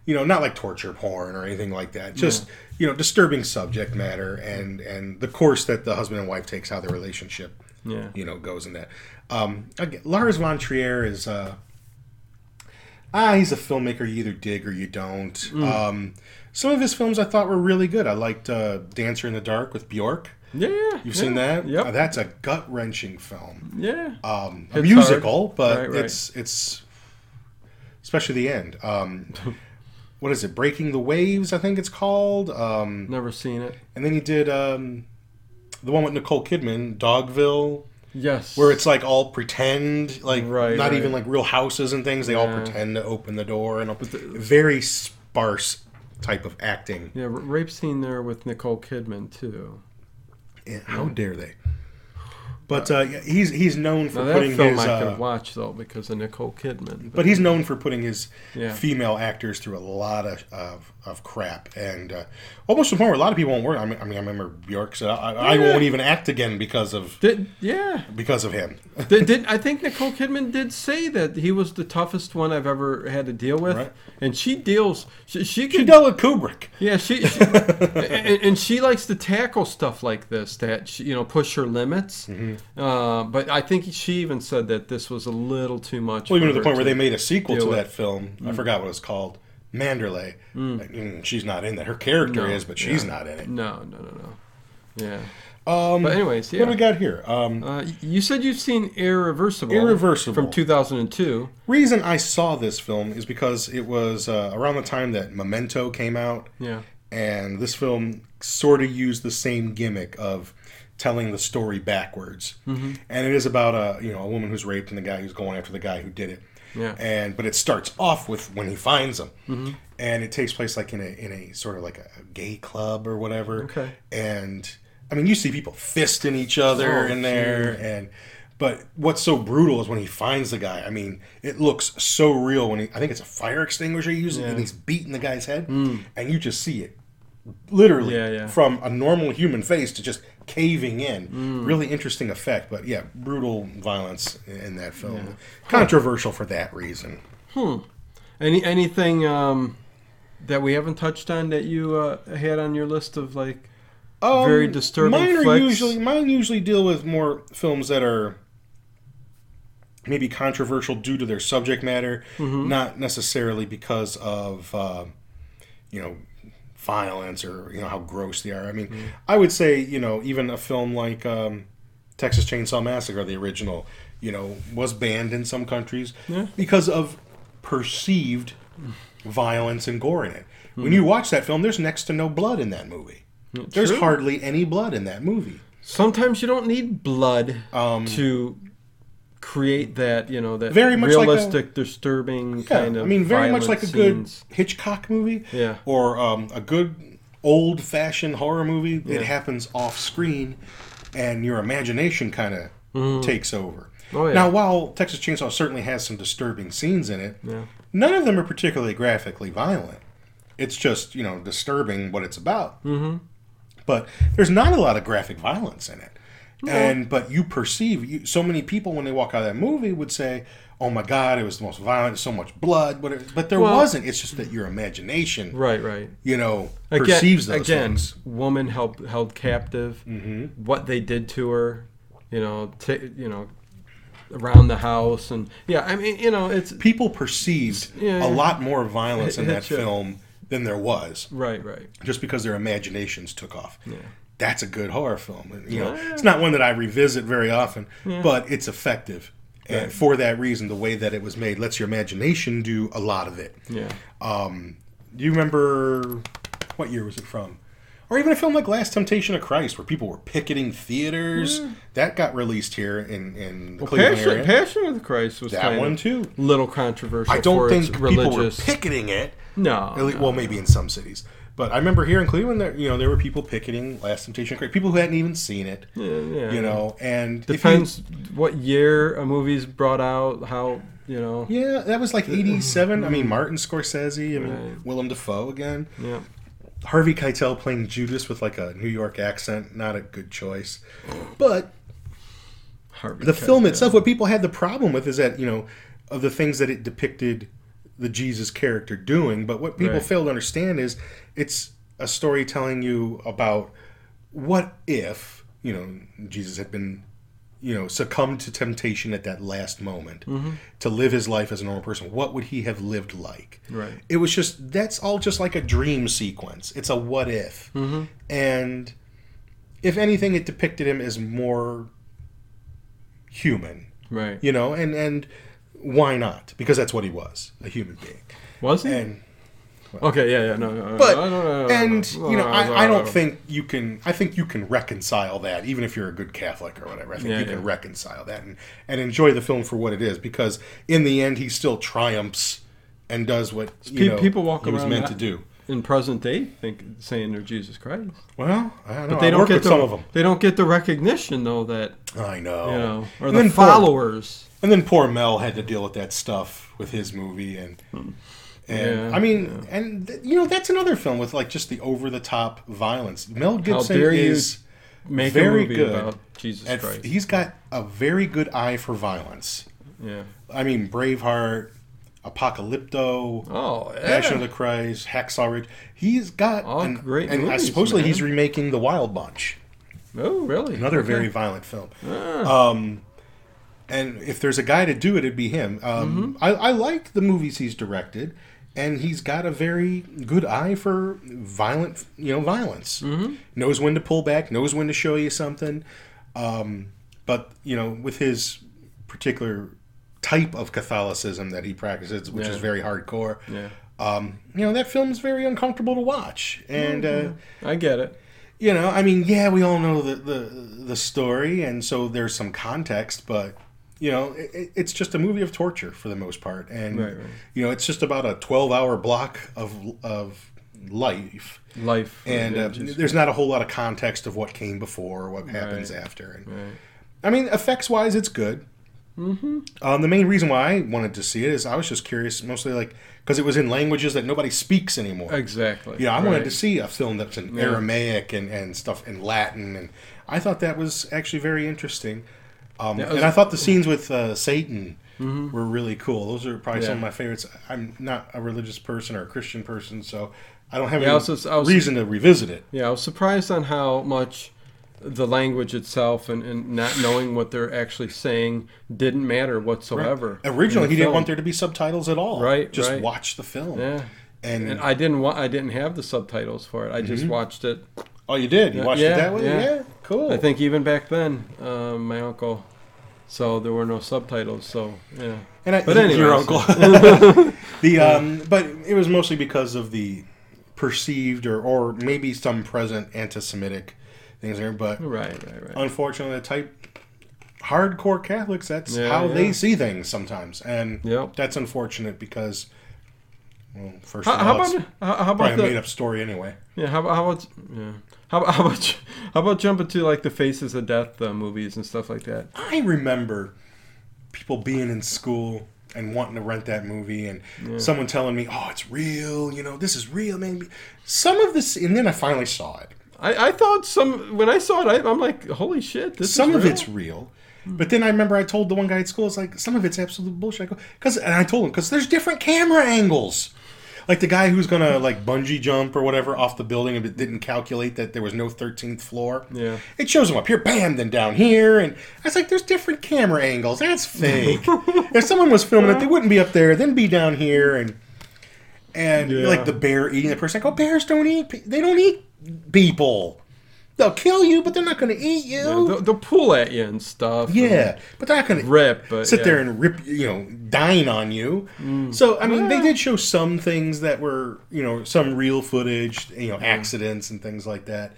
Speaker 2: You know, not like torture porn or anything like that. Just you know, disturbing subject matter and and the course that the husband and wife takes, how their relationship
Speaker 1: Yeah.
Speaker 2: you know goes in that. Um, again, Lars von Trier is uh, ah he's a filmmaker you either dig or you don't.
Speaker 1: Mm.
Speaker 2: Um, some of his films I thought were really good. I liked uh, Dancer in the Dark with Bjork.
Speaker 1: Yeah.
Speaker 2: You've seen that?
Speaker 1: Yep.
Speaker 2: Uh, that's a gut wrenching film.
Speaker 1: yeah.
Speaker 2: Um, a
Speaker 1: Hits
Speaker 2: musical,
Speaker 1: hard.
Speaker 2: but
Speaker 1: Right, right.
Speaker 2: it's it's especially the end. Um, what is it? Breaking the Waves, I think it's called. Um,
Speaker 1: Never seen it.
Speaker 2: and then he did um, the one with Nicole Kidman, Dogville
Speaker 1: Yes.
Speaker 2: where it's like all pretend, like
Speaker 1: Right,
Speaker 2: not
Speaker 1: right.
Speaker 2: even like real houses and things. They all
Speaker 1: Yeah.
Speaker 2: pretend to open the door and open very sparse type of acting.
Speaker 1: yeah, r- rape scene there with Nicole Kidman too.
Speaker 2: Yeah, How dare they? But uh, yeah, he's he's known for
Speaker 1: Now that
Speaker 2: putting
Speaker 1: film
Speaker 2: his,
Speaker 1: I
Speaker 2: uh,
Speaker 1: could watch though because of Nicole Kidman.
Speaker 2: but he's known for putting his
Speaker 1: Yeah.
Speaker 2: female actors through a lot of of, of crap and uh, almost to the point where a lot of people won't work. I mean, I, mean, I remember Bjork said, I, "I
Speaker 1: Yeah.
Speaker 2: won't even act again because of
Speaker 1: did yeah.
Speaker 2: because of him."
Speaker 1: did, did- I think Nicole Kidman did say that he was the toughest one I've ever had to deal with,
Speaker 2: Right.
Speaker 1: and she deals. She, she
Speaker 2: She
Speaker 1: can.
Speaker 2: dealt with Kubrick.
Speaker 1: yeah, she, she and, and she likes to tackle stuff like this that she, you know push her limits.
Speaker 2: Mm-hmm.
Speaker 1: Uh, but I think she even said that this was a little too much.
Speaker 2: Well, even
Speaker 1: for
Speaker 2: to the
Speaker 1: her
Speaker 2: point
Speaker 1: to-
Speaker 2: where
Speaker 1: Mm.
Speaker 2: they made a sequel
Speaker 1: deal
Speaker 2: to
Speaker 1: with.
Speaker 2: that film. I forgot what it was called. Manderley. Like, mm, she's not in that. Her character
Speaker 1: No.
Speaker 2: is, but she's not in it.
Speaker 1: No, no, no, no. Yeah.
Speaker 2: Um,
Speaker 1: But anyways, yeah.
Speaker 2: What do we got here? Um,
Speaker 1: Uh, you said you've seen Irreversible.
Speaker 2: Irreversible.
Speaker 1: From 2002.
Speaker 2: reason I saw this film is because it was uh, around the time that Memento came out,
Speaker 1: Yeah.
Speaker 2: and this film sort of used the same gimmick of telling the story backwards.
Speaker 1: Mm-hmm.
Speaker 2: And it is about a you know a woman who's raped and the guy who's going after the guy who did it.
Speaker 1: Yeah. Mm-hmm.
Speaker 2: and but it starts off with when he finds them, and it takes place like in a in a sort of like a gay club or whatever.
Speaker 1: Okay.
Speaker 2: and I mean you see people fisting each other
Speaker 1: Oh,
Speaker 2: in there, and but what's so brutal is when he finds the guy. I mean, it looks so real when he. I think it's a fire extinguisher he uses, and he's beating the guy's head,
Speaker 1: Mm.
Speaker 2: and you just see it literally
Speaker 1: Yeah, yeah.
Speaker 2: from a normal human face to just caving in
Speaker 1: Mm.
Speaker 2: really interesting effect but yeah brutal violence in that film controversial for that reason
Speaker 1: Any anything um, that we haven't touched on that you uh, had on your list of like
Speaker 2: Um,
Speaker 1: very disturbing
Speaker 2: Mine are
Speaker 1: flicks?
Speaker 2: usually mine usually deal with more films that are maybe controversial due to their subject matter,
Speaker 1: Mm-hmm.
Speaker 2: not necessarily because of uh, you know violence or you know how gross they are. I mean,
Speaker 1: Mm-hmm.
Speaker 2: I would say you know even a film like um, Texas Chainsaw Massacre, the original, you know, was banned in some countries because of perceived violence and gore in it.
Speaker 1: Hmm.
Speaker 2: When you watch that film, there's next to no blood in that movie. There's
Speaker 1: true.
Speaker 2: hardly any blood in that movie.
Speaker 1: Sometimes you don't need blood to create that, you know, that
Speaker 2: Um, Very much like a-
Speaker 1: realistic, disturbing
Speaker 2: Yeah,
Speaker 1: kind of.
Speaker 2: I mean, very much
Speaker 1: violent
Speaker 2: like a
Speaker 1: scenes.
Speaker 2: good Hitchcock movie,
Speaker 1: Yeah.
Speaker 2: or um, a good old-fashioned horror movie. It happens off-screen, and your imagination kind of takes over.
Speaker 1: Mm-hmm. Oh, yeah.
Speaker 2: Now, while Texas Chainsaw certainly has some disturbing scenes in it, none of them are particularly graphically violent. It's just you know disturbing what it's about. Mm-hmm. But there's not a lot of graphic violence in it. And but you perceive you, so many people when they walk out of that movie would say, "Oh my God, it was the most violent, so much blood." But it, but there
Speaker 1: Well-
Speaker 2: wasn't. It's just that your imagination,
Speaker 1: Right, right.
Speaker 2: you know,
Speaker 1: Again,
Speaker 2: perceives those
Speaker 1: again,
Speaker 2: things.
Speaker 1: woman held held captive. Mm-hmm. What they did to her, you know, ta you know, around the house, and yeah, I mean, you know, it's
Speaker 2: People perceived
Speaker 1: Yeah, yeah.
Speaker 2: a lot more violence in that
Speaker 1: Sure.
Speaker 2: film than there was,
Speaker 1: right, right.
Speaker 2: just because their imaginations took off. That's a good horror film. You know, it's not one that I revisit very often, but it's effective. And for that reason, the way that it was made lets your imagination do a lot of it.
Speaker 1: Yeah,
Speaker 2: Do you remember what year was it from? Or even a film like Last Temptation of Christ, where people were picketing theaters. That got released here in, in the Cleveland
Speaker 1: Passion,
Speaker 2: area.
Speaker 1: Passion of the Christ was
Speaker 2: that
Speaker 1: kind
Speaker 2: one
Speaker 1: of
Speaker 2: too.
Speaker 1: little controversial.
Speaker 2: I don't
Speaker 1: for
Speaker 2: think
Speaker 1: its
Speaker 2: people were
Speaker 1: religious.
Speaker 2: picketing it.
Speaker 1: no,
Speaker 2: At least,
Speaker 1: no.
Speaker 2: well, maybe in some cities. But I remember here in Cleveland, there, you know, there were people picketing Last Temptation of Christ. People who hadn't even seen it.
Speaker 1: yeah.
Speaker 2: You know, and if you-
Speaker 1: depends what year a movie's brought out, how you know.
Speaker 2: yeah, that was like '87. I mean, Martin Scorsese. I mean,
Speaker 1: Mm-hmm. Right.
Speaker 2: Willem Dafoe again.
Speaker 1: Yeah.
Speaker 2: Harvey Keitel playing Judas with like a New York accent, not a good choice. But
Speaker 1: Harvey
Speaker 2: the
Speaker 1: Keitel.
Speaker 2: film itself, what people had the problem with is that, you know, of the things that it depicted the Jesus character doing, but what people
Speaker 1: Right.
Speaker 2: fail to understand is it's a story telling you about what if, you know, Jesus had been you know, succumbed to temptation at that last moment to live his life as a normal person, what would he have lived like?
Speaker 1: Right.
Speaker 2: It was just, that's all just like a dream sequence. It's a what if. And if anything, it depicted him as more human,
Speaker 1: Right.
Speaker 2: you know, and, and why not? Because that's what he was, a human being.
Speaker 1: Was he?
Speaker 2: And
Speaker 1: okay. Yeah. Yeah. No. no
Speaker 2: but
Speaker 1: no, no, no, no,
Speaker 2: and
Speaker 1: no,
Speaker 2: you know
Speaker 1: no, no,
Speaker 2: I, I don't
Speaker 1: no.
Speaker 2: think you can I think you can reconcile that even if you're a good Catholic or whatever I think
Speaker 1: Yeah,
Speaker 2: you
Speaker 1: yeah.
Speaker 2: can reconcile that and, and enjoy the film for what it is because in the end he still triumphs and does what you
Speaker 1: pe-
Speaker 2: know,
Speaker 1: people walk
Speaker 2: he was
Speaker 1: around
Speaker 2: meant
Speaker 1: that-
Speaker 2: to do
Speaker 1: in present day think saying they're Jesus Christ.
Speaker 2: well I don't know
Speaker 1: They
Speaker 2: Oh, I
Speaker 1: don't
Speaker 2: work
Speaker 1: get
Speaker 2: with
Speaker 1: the,
Speaker 2: some of them
Speaker 1: They don't get the recognition though that
Speaker 2: I know
Speaker 1: you know or
Speaker 2: and
Speaker 1: the
Speaker 2: then poor,
Speaker 1: followers.
Speaker 2: and then poor Mel had to deal with that stuff with his movie and and
Speaker 1: Hmm. Yeah,
Speaker 2: I mean and th- you know that's another film with like just the over the top violence Mel Gibson
Speaker 1: dare you
Speaker 2: is
Speaker 1: Make
Speaker 2: very
Speaker 1: a movie
Speaker 2: good
Speaker 1: about Jesus
Speaker 2: at-
Speaker 1: Christ.
Speaker 2: he's got a very good eye for violence.
Speaker 1: yeah.
Speaker 2: I mean, Braveheart, Apocalypto,
Speaker 1: Oh, yeah.
Speaker 2: Passion of the Christ, Hacksaw Ridge. He's got
Speaker 1: All
Speaker 2: an-
Speaker 1: great
Speaker 2: and
Speaker 1: movies,
Speaker 2: supposedly
Speaker 1: man.
Speaker 2: he's remaking The Wild Bunch,
Speaker 1: oh, really?
Speaker 2: another
Speaker 1: Okay. Ah,
Speaker 2: very violent film. Um, and if there's a guy to do it, it'd be him.
Speaker 1: Mm-hmm.
Speaker 2: Um, I, I like the movies he's directed, and he's got a very good eye for violent, you know, violence.
Speaker 1: Mm-hmm.
Speaker 2: Knows when to pull back, knows when to show you something. Um, but you know, with his particular type of Catholicism that he practices, which is
Speaker 1: Yeah.
Speaker 2: very hardcore.
Speaker 1: Yeah.
Speaker 2: Um, you know that film's very uncomfortable to watch, and
Speaker 1: Mm-hmm.
Speaker 2: uh,
Speaker 1: I get it.
Speaker 2: you know, I mean, yeah, we all know the the, the story, and so there's some context, but you know, it- it, it's just a movie of torture for the most part, and
Speaker 1: Right, right.
Speaker 2: you know, it's just about a 12 hour block of of life,
Speaker 1: Life
Speaker 2: and
Speaker 1: yeah,
Speaker 2: uh,
Speaker 1: Jesus
Speaker 2: there's not a whole lot of context of what came before or what happens
Speaker 1: Right.
Speaker 2: after. And,
Speaker 1: Christ. Right. Mm-hmm.
Speaker 2: I mean, effects wise, it's good. Um, the main reason why I wanted to see it is I was just curious, mostly like because it was in languages that nobody speaks anymore.
Speaker 1: Exactly.
Speaker 2: Yeah, I
Speaker 1: right.
Speaker 2: wanted to see a film that's in
Speaker 1: Yeah.
Speaker 2: Aramaic and, and stuff in Latin, and I thought that was actually very interesting. Um,
Speaker 1: Yeah, it
Speaker 2: and
Speaker 1: was- Mm-hmm.
Speaker 2: I thought the scenes with uh, Satan were really cool. Those are probably some
Speaker 1: Yeah.
Speaker 2: of my favorites. I'm not a religious person or a Christian person, so I don't have
Speaker 1: Yeah, I
Speaker 2: any
Speaker 1: was just- I was-
Speaker 2: reason to revisit it.
Speaker 1: Yeah, I was surprised on how much the language itself and, and not knowing what they're actually saying didn't matter whatsoever.
Speaker 2: Originally,
Speaker 1: in
Speaker 2: he
Speaker 1: the
Speaker 2: didn't
Speaker 1: film.
Speaker 2: want there to be subtitles at all.
Speaker 1: Right,
Speaker 2: Just
Speaker 1: right.
Speaker 2: watch the film.
Speaker 1: Yeah,
Speaker 2: And,
Speaker 1: and I didn't want I didn't have the subtitles for it. I
Speaker 2: Mm-hmm.
Speaker 1: just watched it.
Speaker 2: oh, you did. You watched
Speaker 1: yeah,
Speaker 2: it that way.
Speaker 1: yeah.
Speaker 2: Yeah, cool.
Speaker 1: I think even back then, um, my uncle. So there were no subtitles. So yeah,
Speaker 2: And I,
Speaker 1: But anyways.
Speaker 3: Your uncle.
Speaker 2: The um, but it was mostly because of the perceived or or maybe some present anti-Semitic things there. But
Speaker 1: right, right, right.
Speaker 2: unfortunately, the type hardcore Catholics that's
Speaker 1: Yeah,
Speaker 2: how
Speaker 1: yeah.
Speaker 2: they see things sometimes, and
Speaker 1: Yep.
Speaker 2: that's unfortunate because well, first
Speaker 1: How,
Speaker 2: of all,
Speaker 1: how about
Speaker 2: it's
Speaker 1: how, how about
Speaker 2: probably a
Speaker 1: the,
Speaker 2: made up story anyway.
Speaker 1: Yeah, how, how about yeah, how, about- how about how about jumping to like the Faces of Death uh, movies and stuff like that?
Speaker 2: I remember people being in school and wanting to rent that movie and someone telling me, "Oh, it's real, you know, this is real, man." Some of this and then I finally saw it.
Speaker 1: I, I thought some when I saw it, I, I'm like, holy shit! This
Speaker 2: some
Speaker 1: is
Speaker 2: of
Speaker 1: real?
Speaker 2: it's real. But then I remember I told the one guy at school, it's like some of it's absolute bullshit. I go, cause, and I told him because there's different camera angles. Like the guy who's gonna like bungee jump or whatever off the building and didn't calculate that there was no 13th floor.
Speaker 1: Yeah.
Speaker 2: it shows him up here, bam, then down here, and I was like, there's different camera angles. That's fake. if someone was filming it, they wouldn't be up there, then be down here, and and
Speaker 1: Yeah.
Speaker 2: like the bear eating the person. I go, bears don't eat. pe- They don't eat people. They'll kill you, but they're not gonna eat you.
Speaker 1: Yeah, they'll, they'll pull at you and stuff. and
Speaker 2: Yeah, but they're not going to
Speaker 1: rip. But
Speaker 2: sit
Speaker 1: yeah. Mm.
Speaker 2: there and rip, you know, dine on you. So I mean, they did show some things that were, you know, some real footage, you know, accidents and things like that.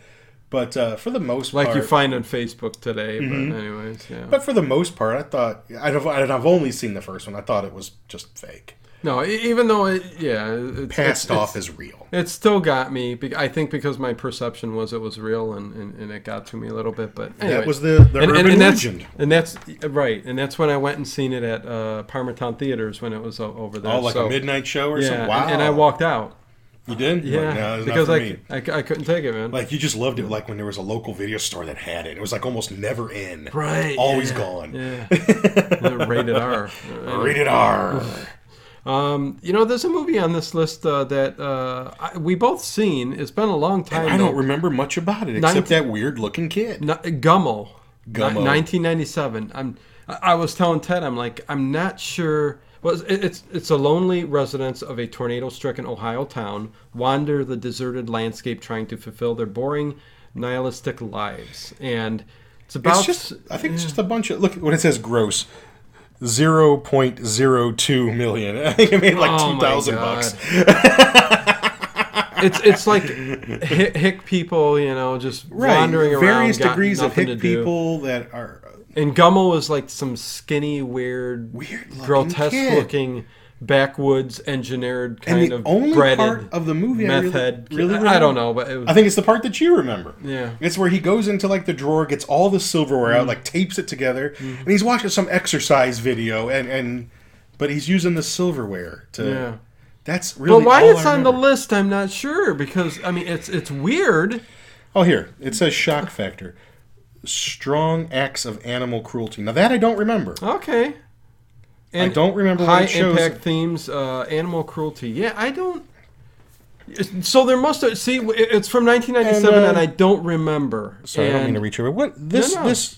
Speaker 2: But uh, for the most
Speaker 1: like
Speaker 2: part,
Speaker 1: you find on Facebook today. But anyways, yeah.
Speaker 2: Mm-hmm. but for the most part, I thought I'd have, I'd have only seen the first one. I thought it was just fake,
Speaker 1: no, e- even though it, yeah, it's,
Speaker 2: passed
Speaker 1: it's,
Speaker 2: off
Speaker 1: It's,
Speaker 2: as real.
Speaker 1: it still got me. be- I think because my perception was it was real, and, and, and it got to me a little bit. But anyways.
Speaker 2: That was the the
Speaker 1: and,
Speaker 2: urban
Speaker 1: and, and that's
Speaker 2: legend.
Speaker 1: and that's right, and that's when I went and seen it at uh, Parmertown Theaters when it was o- over there.
Speaker 2: Oh, like
Speaker 1: So,
Speaker 2: a midnight show or
Speaker 1: yeah,
Speaker 2: something.
Speaker 1: and-
Speaker 2: Wow!
Speaker 1: and, I walked out.
Speaker 2: You did? Like,
Speaker 1: Yeah,
Speaker 2: no, it's not
Speaker 1: because
Speaker 2: for
Speaker 1: I,
Speaker 2: me.
Speaker 1: c- I c- I couldn't take it, man.
Speaker 2: Like you just loved it, like when there was a local video store that had it. It was like almost never in,
Speaker 1: right,
Speaker 2: Always
Speaker 1: yeah,
Speaker 2: gone.
Speaker 1: Yeah, Yeah, rated R. Uh,
Speaker 2: Rated R.
Speaker 1: Um, you know, there's a movie on this list uh, that uh, I, we both seen. It's been a long time.
Speaker 2: I don't
Speaker 1: though.
Speaker 2: remember much about it except
Speaker 1: Nineteen-
Speaker 2: that weird looking kid.
Speaker 1: N- Gummo,
Speaker 2: Gummo.
Speaker 1: Ni- 1997. I'm. I I was telling Ted, I'm like, I'm not sure. Well, it- it's it's a lonely residents of a tornado-stricken Ohio town wander the deserted landscape, trying to fulfill their boring, nihilistic lives. And it's about
Speaker 2: It's just, I think it's just a bunch of look when it says gross. 0.02 million. I think it made like
Speaker 1: Oh my
Speaker 2: 2000
Speaker 1: God.
Speaker 2: bucks.
Speaker 1: it's it's like hick, hick people, you know, just wandering around,
Speaker 2: Various
Speaker 1: got
Speaker 2: degrees of
Speaker 1: nothing
Speaker 2: hick
Speaker 1: to do.
Speaker 2: people that are
Speaker 1: And Gummo was like some skinny, weird,
Speaker 2: Weird looking
Speaker 1: grotesque
Speaker 2: kid.
Speaker 1: looking backwoods engineered kind
Speaker 2: and the
Speaker 1: of
Speaker 2: only
Speaker 1: breaded
Speaker 2: part of the movie I
Speaker 1: meth
Speaker 2: really,
Speaker 1: head.
Speaker 2: really
Speaker 1: I- I don't
Speaker 2: remember-
Speaker 1: know, but it was,
Speaker 2: I think it's the part that you remember.
Speaker 1: Yeah. Mm.
Speaker 2: It's where he goes into like the drawer, gets all the silverware out, like tapes it together, and he's watching some exercise video and and but he's using the silverware to
Speaker 1: Yeah.
Speaker 2: That's really
Speaker 1: but why
Speaker 2: all
Speaker 1: it's
Speaker 2: Oh, I
Speaker 1: on the
Speaker 2: remember.
Speaker 1: list, I'm not sure because I mean it's it's weird.
Speaker 2: Oh, here it says shock factor. Strong acts of animal cruelty. Now that I don't remember.
Speaker 1: Okay.
Speaker 2: I
Speaker 1: Uh, And
Speaker 2: don't remember what
Speaker 1: high
Speaker 2: it shows.
Speaker 1: impact themes, uh, animal cruelty. Yeah, I don't. So there must have. See, it- it's from 1997, and,
Speaker 2: And, uh,
Speaker 1: I don't remember.
Speaker 2: Sorry, I don't mean
Speaker 1: And-
Speaker 2: to reach over. What this
Speaker 1: No, no.
Speaker 2: this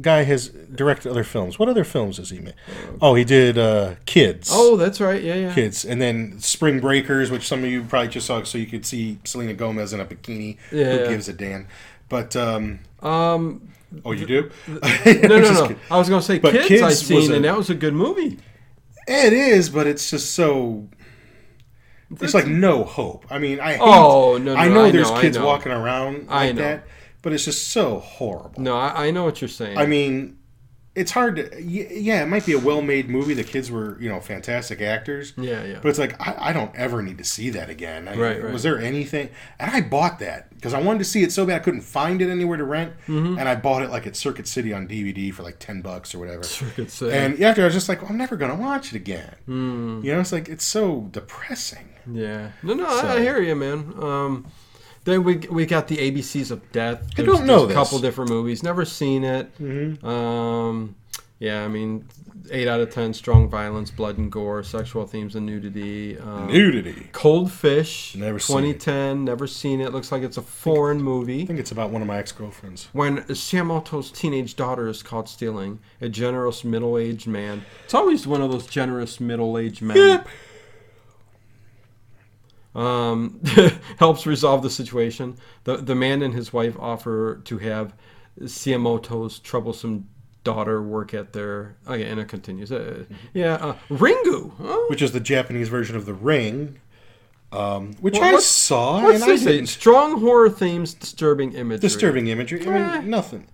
Speaker 2: guy has directed other films. What other films has he made? Oh, he did uh, Kids.
Speaker 1: Oh, that's right. Yeah, yeah.
Speaker 2: Kids, and then Spring Breakers, which some of you probably just saw, so you could see Selena Gomez in a bikini.
Speaker 1: Yeah,
Speaker 2: Who
Speaker 1: yeah.
Speaker 2: gives a damn? But um,
Speaker 1: Um,
Speaker 2: oh, you do?
Speaker 1: no, no, no. I was gonna say
Speaker 2: But
Speaker 1: kids,
Speaker 2: Kids
Speaker 1: I
Speaker 2: was
Speaker 1: seen,
Speaker 2: a-
Speaker 1: and that was a good movie.
Speaker 2: It is, but it's just so. There's like no hope. I mean, I hate,
Speaker 1: Oh, no, no,
Speaker 2: I know
Speaker 1: I
Speaker 2: there's
Speaker 1: know, I
Speaker 2: kids
Speaker 1: know.
Speaker 2: walking around like
Speaker 1: I know.
Speaker 2: that, but it's just so horrible.
Speaker 1: No, I, I know what you're saying.
Speaker 2: I mean, it's hard to. y- Yeah, it might be a well-made movie. The kids were, you know, fantastic actors.
Speaker 1: Yeah, yeah.
Speaker 2: But it's like I, I don't ever need to see that again. I,
Speaker 1: Right, right.
Speaker 2: Was there anything? And I bought that because I wanted to see it so bad I couldn't find it anywhere to rent,
Speaker 1: Mm-hmm.
Speaker 2: and I bought it like at Circuit City on DVD for like ten bucks or whatever.
Speaker 1: Could say.
Speaker 2: And after I was just like, well, I'm never gonna watch it again.
Speaker 1: Hmm.
Speaker 2: You know, it's like it's so depressing.
Speaker 1: yeah. No, no, I, I hear you, man. Um, then we we got the ABCs of Death.
Speaker 2: don't know
Speaker 1: a
Speaker 2: this. Mm-hmm.
Speaker 1: couple different movies. Never seen it. Um, Yeah, I mean, eight out of ten, strong violence, blood and gore, sexual themes and nudity. Um,
Speaker 2: Nudity.
Speaker 1: Cold Fish,
Speaker 2: Never seen it.
Speaker 1: 2010, never seen it. Looks like it's a foreign movie.
Speaker 2: I think it's about one of my ex girlfriends.
Speaker 1: When Siamoto's teenage daughter is caught stealing, a generous middle-aged man. It's always one of those generous middle-aged men. Um, helps resolve the situation. The the man and his wife offer to have Siamoto's troublesome daughter work at their. Okay, and it continues.
Speaker 2: Mm-hmm.
Speaker 1: Uh, yeah, uh, Ringu. Oh, Huh?
Speaker 2: Which is the Japanese version of The Ring, um, which
Speaker 1: What-
Speaker 2: I
Speaker 1: what's-
Speaker 2: saw
Speaker 1: What's
Speaker 2: and I
Speaker 1: this?
Speaker 2: didn't.
Speaker 1: Strong horror themes, disturbing imagery.
Speaker 2: Disturbing imagery. I
Speaker 1: Eh.
Speaker 2: mean, nothing.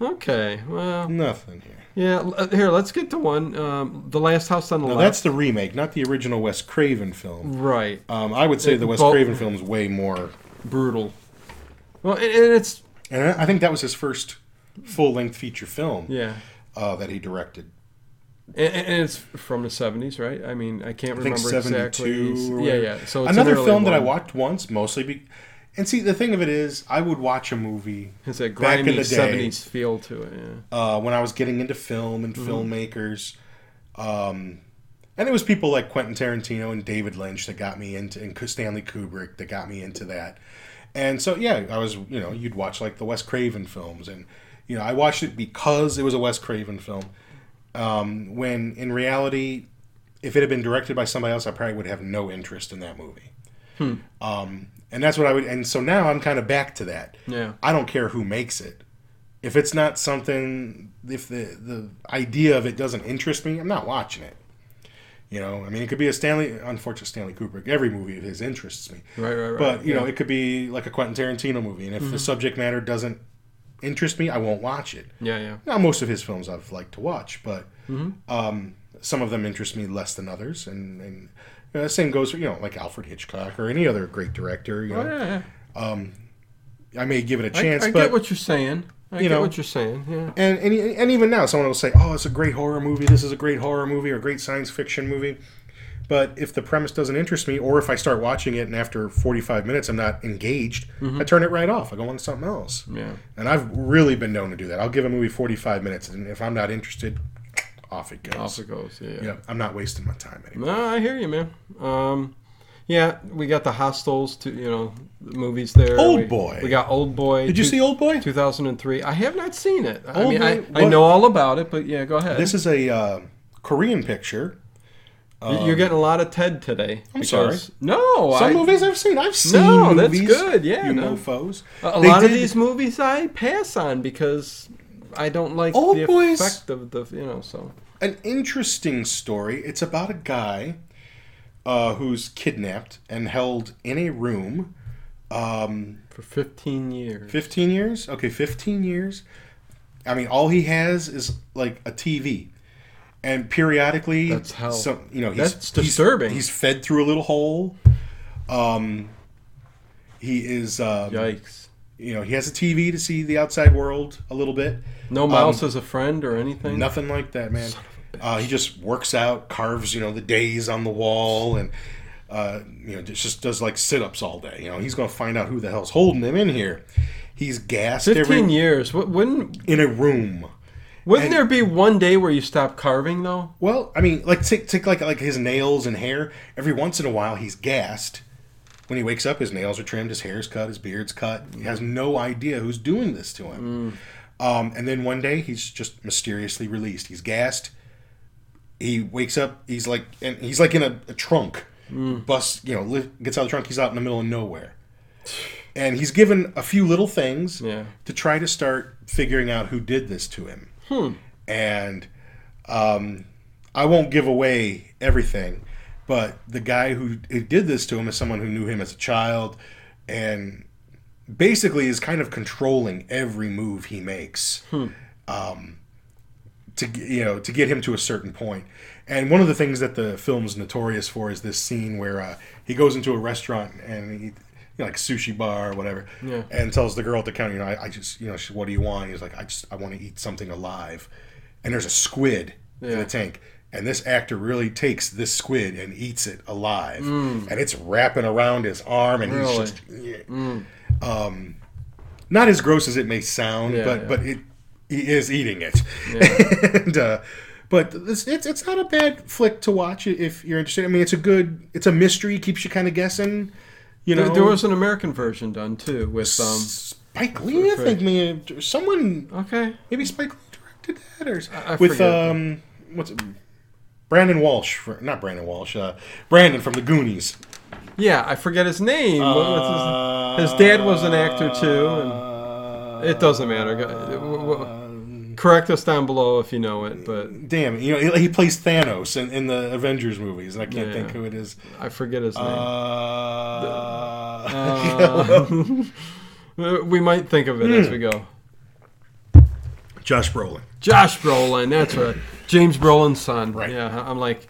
Speaker 1: Okay. Well,
Speaker 2: Nothing here.
Speaker 1: Yeah, l- uh, here, let's get to one. Um, the Last House on the
Speaker 2: Now,
Speaker 1: Left.
Speaker 2: that's the remake, not the original Wes Craven film.
Speaker 1: right.
Speaker 2: Um, I would say the Wes
Speaker 1: Well-
Speaker 2: Craven film's way more.
Speaker 1: Brutal. Well, and, and it's.
Speaker 2: And I I think that was his first full length feature film
Speaker 1: Yeah.
Speaker 2: uh, that he directed.
Speaker 1: And, and and it's from the 70s, right? I mean, I can't
Speaker 2: think
Speaker 1: remember
Speaker 2: 72
Speaker 1: exactly.
Speaker 2: or
Speaker 1: yeah,
Speaker 2: whatever.
Speaker 1: yeah. So it's an
Speaker 2: Another
Speaker 1: early
Speaker 2: film that I
Speaker 1: one.
Speaker 2: watched once, mostly. Be- and see, the thing of it is, I would watch a movie
Speaker 1: It's a
Speaker 2: back in
Speaker 1: grimy
Speaker 2: the day.
Speaker 1: 70s feel to it, yeah.
Speaker 2: uh, when I was getting into film and filmmakers. Um, and it was people like Quentin Tarantino and David Lynch that got me into, and Stanley Kubrick that got me into that. And so, yeah, I was, you know, you'd watch like the Wes Craven films. And, you know, I watched it because it was a Wes Craven film. Um, when in reality, if it had been directed by somebody else, I probably would have no interest in that movie. Um, and that's what I would. And so now I'm kind of back to that.
Speaker 1: Yeah.
Speaker 2: I don't care who makes it. If it's not something, if the the idea of it doesn't interest me, I'm not watching it. You know, I mean, it could be a Stanley, unfortunate Stanley Kubrick. Every movie of his interests me,
Speaker 1: Right, right, right.
Speaker 2: but you
Speaker 1: yeah. Mm-hmm.
Speaker 2: know, it could be like a Quentin Tarantino movie, and if the subject matter doesn't interest me, I won't watch it.
Speaker 1: Yeah, yeah.
Speaker 2: Now, most of his films I've liked to watch, but
Speaker 1: Mm-hmm.
Speaker 2: um, some of them interest me less than others, and and you know, same goes for you know like Alfred Hitchcock or any other great director. You
Speaker 1: Oh,
Speaker 2: know, Um,
Speaker 1: yeah, yeah.
Speaker 2: I may give it a
Speaker 1: I,
Speaker 2: chance,
Speaker 1: I
Speaker 2: but
Speaker 1: get what you're saying. I
Speaker 2: you
Speaker 1: get
Speaker 2: know,
Speaker 1: what you're saying, yeah.
Speaker 2: and, and and even now, someone will say, "Oh, it's a great horror movie. This is a great horror movie or a great science fiction movie." But if the premise doesn't interest me, or if I start watching it and after 45 minutes I'm not engaged,
Speaker 1: Mm-hmm.
Speaker 2: I turn it right off. I go on to something else.
Speaker 1: Yeah.
Speaker 2: And I've really been known to do that. I'll give a movie 45 minutes, and if I'm not interested, off it goes.
Speaker 1: Off it goes, yeah.
Speaker 2: Yeah, I'm not wasting my time anymore.
Speaker 1: No, I hear you, man. Um, yeah, we got the hostels to you know the movies there.
Speaker 2: Old
Speaker 1: We-
Speaker 2: Boy.
Speaker 1: We got Old Boy.
Speaker 2: Did you
Speaker 1: two-
Speaker 2: see Old Boy?
Speaker 1: 2003. I have not seen it. I
Speaker 2: Old
Speaker 1: mean,
Speaker 2: Boy-
Speaker 1: I, I
Speaker 2: what-
Speaker 1: know all about it, but yeah, go ahead.
Speaker 2: This is a uh, Korean picture.
Speaker 1: Y- You're getting a lot of Ted today.
Speaker 2: um, I'm sorry.
Speaker 1: No,
Speaker 2: Some
Speaker 1: Oh, I,
Speaker 2: movies I've seen. I've seen
Speaker 1: No, that's
Speaker 2: movies.
Speaker 1: good, yeah,
Speaker 2: you
Speaker 1: no.
Speaker 2: mofos.
Speaker 1: a a
Speaker 2: They
Speaker 1: lot of
Speaker 2: did-
Speaker 1: these movies I pass on because I don't like
Speaker 2: Old
Speaker 1: the
Speaker 2: Boy's-
Speaker 1: effect of the you know. So
Speaker 2: an interesting story. It's about a guy uh, who's kidnapped and held in a room. Um,
Speaker 1: for 15 years.
Speaker 2: 15 years? Okay, 15 years. I mean, all he has is like a TV. And periodically,
Speaker 1: That's how-
Speaker 2: some- you know, he's,
Speaker 1: that's
Speaker 2: he's-
Speaker 1: disturbing.
Speaker 2: He's, fed through a little hole. Um, he is, um,
Speaker 1: Yikes.
Speaker 2: you know, he has a TV to see the outside world a little bit.
Speaker 1: No mouse
Speaker 2: Um,
Speaker 1: as a friend or anything.
Speaker 2: Nothing like that, man. Uh, he just works out, carves, you know, the days on the wall, and uh, you know, just, just does like sit-ups all day. You know, he's gonna find out who the hell's holding him in here. He's gassed
Speaker 1: 15
Speaker 2: every
Speaker 1: years. Wou- Wouldn't
Speaker 2: in a room.
Speaker 1: Wouldn't there be one day where you stop carving though?
Speaker 2: Well, I mean, like take, take like like his nails and hair. Every once in a while, he's gassed. When he wakes up, his nails are trimmed, his hair's cut, his beard's cut. He has no idea who's doing this to him. Um, and then one day, he's just mysteriously released. He's gassed. He wakes up. He's like, and he's like in a, a trunk. Bus, you know, li- gets out of the trunk. He's out in the middle of nowhere. And he's given a few little things
Speaker 1: Yeah.
Speaker 2: to try to start figuring out who did this to him. And um, I won't give away everything, but the guy who, who did this to him is someone who knew him as a child and basically is kind of controlling every move he makes.
Speaker 1: Hmm.
Speaker 2: Um, to g- you know, to get him to a certain point, and one of the things that the film's notorious for is this scene where uh, he goes into a restaurant and he, you know, like sushi bar or whatever,
Speaker 1: Yeah.
Speaker 2: and tells the girl at the counter, you know, I, I just, you know, she, what do you want? He's like, I just, I want to eat something alive, and there's a squid in
Speaker 1: Yeah.
Speaker 2: the tank. And this actor really takes this squid and eats it alive, and it's wrapping around his arm, and
Speaker 1: Hmm. Really?
Speaker 2: he's just, yeah. um, not as gross as it may sound,
Speaker 1: Yeah,
Speaker 2: but
Speaker 1: yeah.
Speaker 2: but it he is eating it. and, uh, but it's, it's it's not a bad flick to watch if you're interested. I mean, it's a good, it's a mystery, keeps you kind of guessing. You know,
Speaker 1: There, there was an American version done too with um.
Speaker 2: Spike Lee, I think, me someone
Speaker 1: Okay.
Speaker 2: maybe Spike Lee directed that or s-
Speaker 1: I- I
Speaker 2: with
Speaker 1: forget.
Speaker 2: um what's it? Brandon Walsh, fr- not Brandon Walsh, uh, Brandon from the Goonies.
Speaker 1: Yeah, I forget his name. What-
Speaker 2: Uh,
Speaker 1: what's his, his dad was an actor too. And
Speaker 2: Uh,
Speaker 1: it doesn't matter. Go- w-
Speaker 2: um,
Speaker 1: w- Correct us down below if you know it, but
Speaker 2: Damn, you know he, he plays Thanos in, in the Avengers movies, and I can't
Speaker 1: Yeah.
Speaker 2: think who it is.
Speaker 1: I forget his name.
Speaker 2: Uh,
Speaker 1: Um, we might think of it
Speaker 2: hmm.
Speaker 1: as we go.
Speaker 2: Josh Brolin.
Speaker 1: Josh Brolin, that's right. James Brolin's son.
Speaker 2: Right.
Speaker 1: Yeah, I'm like,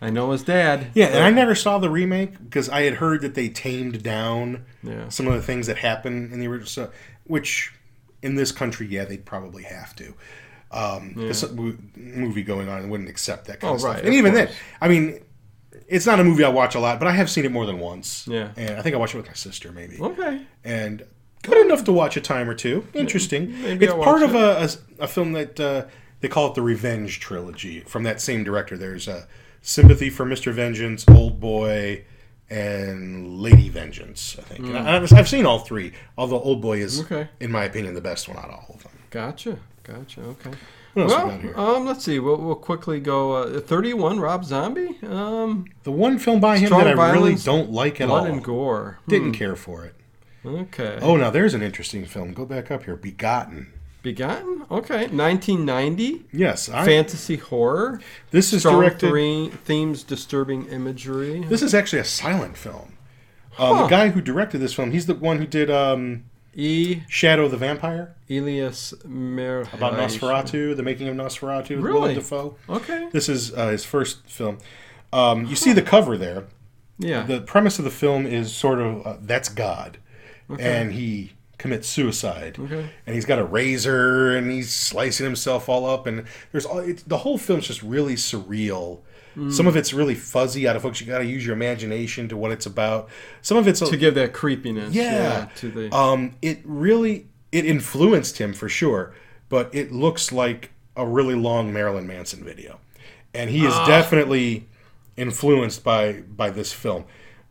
Speaker 1: I know his dad.
Speaker 2: Yeah, and I never saw the remake because I had heard that they tamed down
Speaker 1: Yeah.
Speaker 2: some of the things that happened in the original, so, which in this country, yeah, they'd probably have to. Um, 'cause a mo- movie going on wouldn't accept that kind
Speaker 1: Oh,
Speaker 2: of stuff.
Speaker 1: right,
Speaker 2: and
Speaker 1: of
Speaker 2: even then,
Speaker 1: course.
Speaker 2: I mean, it's not a movie I watch a lot, but I have seen it more than once.
Speaker 1: Yeah. Oh,
Speaker 2: and I think I watched it with my sister maybe,
Speaker 1: Okay.
Speaker 2: and good enough to watch a time or two. Interesting.
Speaker 1: maybe
Speaker 2: it's
Speaker 1: I'll
Speaker 2: part
Speaker 1: watch
Speaker 2: of a, a s- a film that uh, they call it the Revenge trilogy from that same director. There's uh, Sympathy for Mr. Vengeance, Old Boy, and Lady Vengeance. I think. And I, I've- I've seen all three, although Old Boy is,
Speaker 1: Hmm. Okay.
Speaker 2: in my opinion, the best one out of all of them.
Speaker 1: Gotcha. Gotcha. Okay.
Speaker 2: What else we
Speaker 1: Well,
Speaker 2: got here?
Speaker 1: um, let's see. We'll, we'll quickly go. Uh, 31, Rob Zombie? Um,
Speaker 2: The one film by him
Speaker 1: Strong
Speaker 2: that I really
Speaker 1: violence,
Speaker 2: don't like at all.
Speaker 1: Blood and Gore. Hmm.
Speaker 2: Didn't care for it.
Speaker 1: Okay.
Speaker 2: Oh, now there's an interesting film. Go back up here. Begotten.
Speaker 1: Begotten? Okay. 1990.
Speaker 2: Yes, I,
Speaker 1: Fantasy horror.
Speaker 2: this is
Speaker 1: Strong
Speaker 2: directed.
Speaker 1: thre- themes, disturbing imagery.
Speaker 2: This is actually a silent film. Uh,
Speaker 1: Huh.
Speaker 2: The guy who directed this film, he's the one who did um,
Speaker 1: E.
Speaker 2: Shadow the Vampire
Speaker 1: Elias Mer.
Speaker 2: about Nosferatu, the making of Nosferatu, with
Speaker 1: Really?
Speaker 2: Willem Dafoe.
Speaker 1: Okay.
Speaker 2: This is uh, his first film. Um, you see the cover there.
Speaker 1: Yeah.
Speaker 2: The premise of the film is sort of uh, that's God, and he commits suicide.
Speaker 1: Okay.
Speaker 2: And he's got a razor, and he's slicing himself all up. And there's all it's, the whole film's just really surreal.
Speaker 1: Hmm.
Speaker 2: Some of it's really fuzzy out of focus. You got to use your imagination to what it's about. Some of it's a,
Speaker 1: to give that creepiness.
Speaker 2: Yeah.
Speaker 1: to the
Speaker 2: um, it really it influenced him for sure, but it looks like a really long Marilyn Manson video, and he is
Speaker 1: Ah.
Speaker 2: definitely influenced by by this film.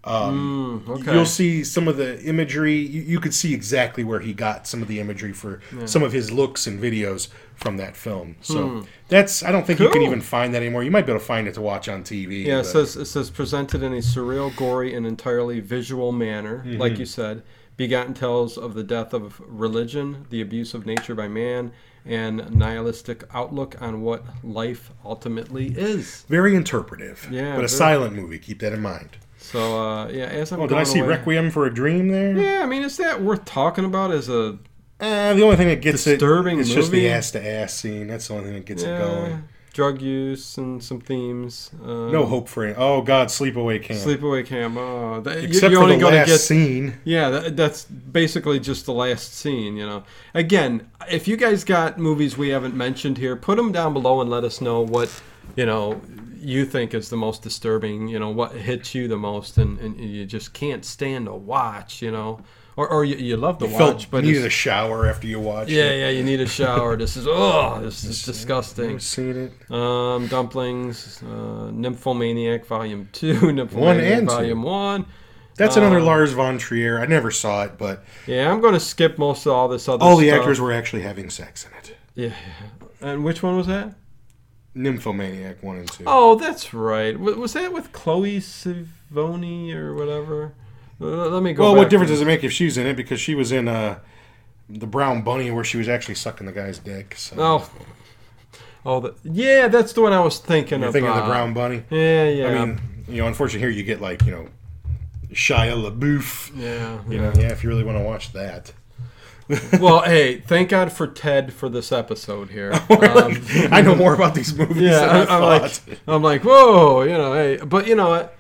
Speaker 2: Um,
Speaker 1: Mm, okay.
Speaker 2: You'll see some of the imagery. You, you could see exactly where he got some of the imagery for some of his looks and videos from that film. So that's I don't think you can
Speaker 1: Hmm. Cool.
Speaker 2: even find that anymore. You might be able to find it to watch on TV.
Speaker 1: yeah, it
Speaker 2: but-
Speaker 1: says it says presented in a surreal, gory, and entirely visual manner,
Speaker 2: Mm-hmm.
Speaker 1: like you said. Begotten tells of the death of religion, the abuse of nature by man, and nihilistic outlook on what life ultimately is.
Speaker 2: very interpretive.
Speaker 1: Yeah,
Speaker 2: but a
Speaker 1: very-
Speaker 2: silent movie. Keep that in mind.
Speaker 1: So uh, yeah, as I'm
Speaker 2: Oh, did
Speaker 1: going
Speaker 2: I see
Speaker 1: away-
Speaker 2: Requiem for a Dream there?
Speaker 1: Yeah, I mean, is that worth talking about as a
Speaker 2: Uh, the only thing that gets
Speaker 1: Disturbing
Speaker 2: it, it's just the
Speaker 1: movie?
Speaker 2: ass to ass scene. That's the only thing that gets it
Speaker 1: yeah,
Speaker 2: going.
Speaker 1: drug use and some themes? Uh,
Speaker 2: No hope for it. Oh God, Sleepaway Camp.
Speaker 1: Sleepaway Camp. Oh, that, you-
Speaker 2: Except
Speaker 1: you're
Speaker 2: for
Speaker 1: only
Speaker 2: the
Speaker 1: going to
Speaker 2: last
Speaker 1: get
Speaker 2: scene.
Speaker 1: Yeah, that, that's basically just the last scene, you know. Again, if you guys got movies we haven't mentioned here, put them down below and let us know what, you know, you think is the most disturbing, you know, what hits you the most and, and you just can't stand to watch, you know. Or, or you, you love to watch,
Speaker 2: Felt
Speaker 1: but
Speaker 2: needed a
Speaker 1: it's-
Speaker 2: shower after you watched
Speaker 1: yeah,
Speaker 2: it.
Speaker 1: yeah, you need a shower. This is, oh, this is disgusting.
Speaker 2: Seen it.
Speaker 1: Um, dumplings, uh, Nymphomaniac Volume 2, Nymphomaniac
Speaker 2: and two.
Speaker 1: Volume 1.
Speaker 2: That's
Speaker 1: Oh.
Speaker 2: another Lars von Trier. I never saw it, but
Speaker 1: Yeah, I'm going to skip most of all this other
Speaker 2: all the
Speaker 1: stuff.
Speaker 2: actors were actually having sex in it.
Speaker 1: Yeah. And which one was that?
Speaker 2: Nymphomaniac one and two.
Speaker 1: Oh, that's right. W- was that with Chloe Savoni or whatever? L- let me go.
Speaker 2: well,
Speaker 1: back
Speaker 2: what difference
Speaker 1: and-
Speaker 2: does it make if she's in it? Because she was in uh, the Brown Bunny, where she was actually sucking the guy's dick. So.
Speaker 1: Oh. Oh, the, yeah, that's the one I was thinking
Speaker 2: You're
Speaker 1: about.
Speaker 2: thinking of the Brown Bunny.
Speaker 1: Yeah, yeah.
Speaker 2: I mean, you know, unfortunately here you get like, you know, Shia LaBeouf.
Speaker 1: yeah,
Speaker 2: You know, yeah, if you really want to watch that.
Speaker 1: yeah. well, hey, thank God for Ted for this episode here. Um,
Speaker 2: I know more about these movies
Speaker 1: yeah,
Speaker 2: than
Speaker 1: I,
Speaker 2: I,
Speaker 1: am
Speaker 2: thought.
Speaker 1: like, I'm like, whoa, you know, hey, but you know, what?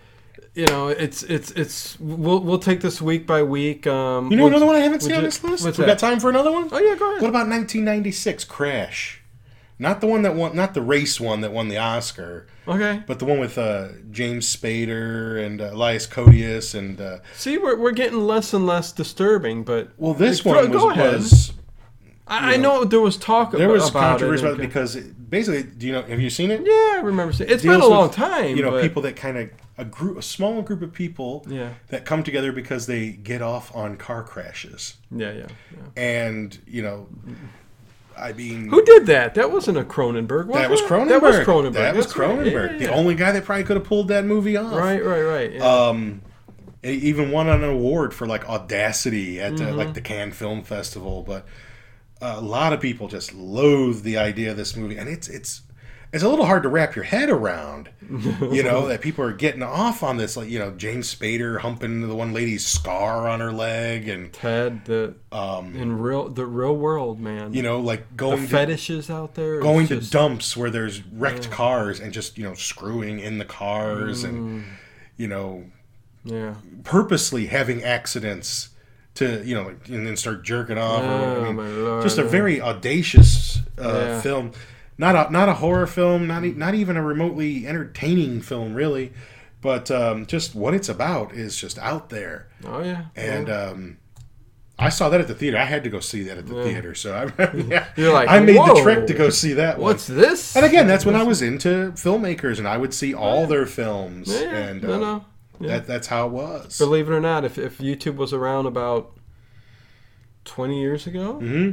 Speaker 1: you know, it's it's it's we'll we'll take this week by week. Um,
Speaker 2: you know
Speaker 1: we'll-
Speaker 2: another one I haven't seen
Speaker 1: would
Speaker 2: on
Speaker 1: you-
Speaker 2: this list?
Speaker 1: what's
Speaker 2: We
Speaker 1: that?
Speaker 2: got time for another one?
Speaker 1: Oh yeah, go ahead.
Speaker 2: What about 1996 Crash? Not the one that won, not the race one that won the Oscar,
Speaker 1: Okay.
Speaker 2: but the one with uh, James Spader and uh, Elias Codius and uh,
Speaker 1: See, we're, we're getting less and less disturbing, but
Speaker 2: well, this
Speaker 1: Go-
Speaker 2: one
Speaker 1: go
Speaker 2: was,
Speaker 1: ahead.
Speaker 2: was
Speaker 1: I, I know there was talk.
Speaker 2: There
Speaker 1: ab-
Speaker 2: was
Speaker 1: about
Speaker 2: controversy
Speaker 1: it,
Speaker 2: about it
Speaker 1: and-
Speaker 2: because it- basically, do you know? Have you seen it?
Speaker 1: yeah, I remember seeing. It's
Speaker 2: deals
Speaker 1: been a long
Speaker 2: with,
Speaker 1: time.
Speaker 2: You know,
Speaker 1: but-
Speaker 2: people that kind of a group, a small group of people
Speaker 1: Yeah.
Speaker 2: that come together because they get off on car crashes,
Speaker 1: Yeah, yeah, yeah.
Speaker 2: and you know, I mean,
Speaker 1: Who did that? That wasn't a Cronenberg. Was
Speaker 2: that was
Speaker 1: it?
Speaker 2: Cronenberg.
Speaker 1: That was Cronenberg.
Speaker 2: That was
Speaker 1: That's right.
Speaker 2: Cronenberg.
Speaker 1: Yeah,
Speaker 2: The
Speaker 1: yeah,
Speaker 2: only guy that probably could have pulled that movie off.
Speaker 1: yeah. Right, right, right. yeah.
Speaker 2: Um, it even won an award for like audacity at uh,
Speaker 1: Mm-hmm.
Speaker 2: like the Cannes Film Festival. But uh, a lot of people just loathe the idea of this movie, and it's it's it's a little hard to wrap your head around. You know that people are getting off on this, like you know James Spader humping the one lady's scar on her leg, and
Speaker 1: Ted, the
Speaker 2: um,
Speaker 1: in real the real world, man.
Speaker 2: you know like
Speaker 1: the
Speaker 2: going to,
Speaker 1: fetishes out there. it's
Speaker 2: going
Speaker 1: just-
Speaker 2: to dumps where there's wrecked cars and just you know screwing in the cars and
Speaker 1: Mm.
Speaker 2: you know
Speaker 1: Yeah.
Speaker 2: purposely having accidents to you know like, and then start jerking off. or, I
Speaker 1: Oh,
Speaker 2: mean,
Speaker 1: my lord.
Speaker 2: just a very audacious uh,
Speaker 1: Yeah.
Speaker 2: film, not a not a horror film, not e- not even a remotely entertaining film, really. But um, just what it's about is just out there,
Speaker 1: Oh yeah.
Speaker 2: and um, I saw that at the theater. I had to go see that at the
Speaker 1: Yeah.
Speaker 2: theater, so I yeah,
Speaker 1: You're like,
Speaker 2: I made the
Speaker 1: "Whoa,
Speaker 2: trek to go see that. one.
Speaker 1: What's this?
Speaker 2: And again, that's when I was into filmmakers, and I would see all their films,
Speaker 1: Yeah, yeah.
Speaker 2: and
Speaker 1: no,
Speaker 2: um,
Speaker 1: no. Yeah.
Speaker 2: that that's how it was.
Speaker 1: Believe it or not, if if YouTube was around about twenty years ago,
Speaker 2: hmm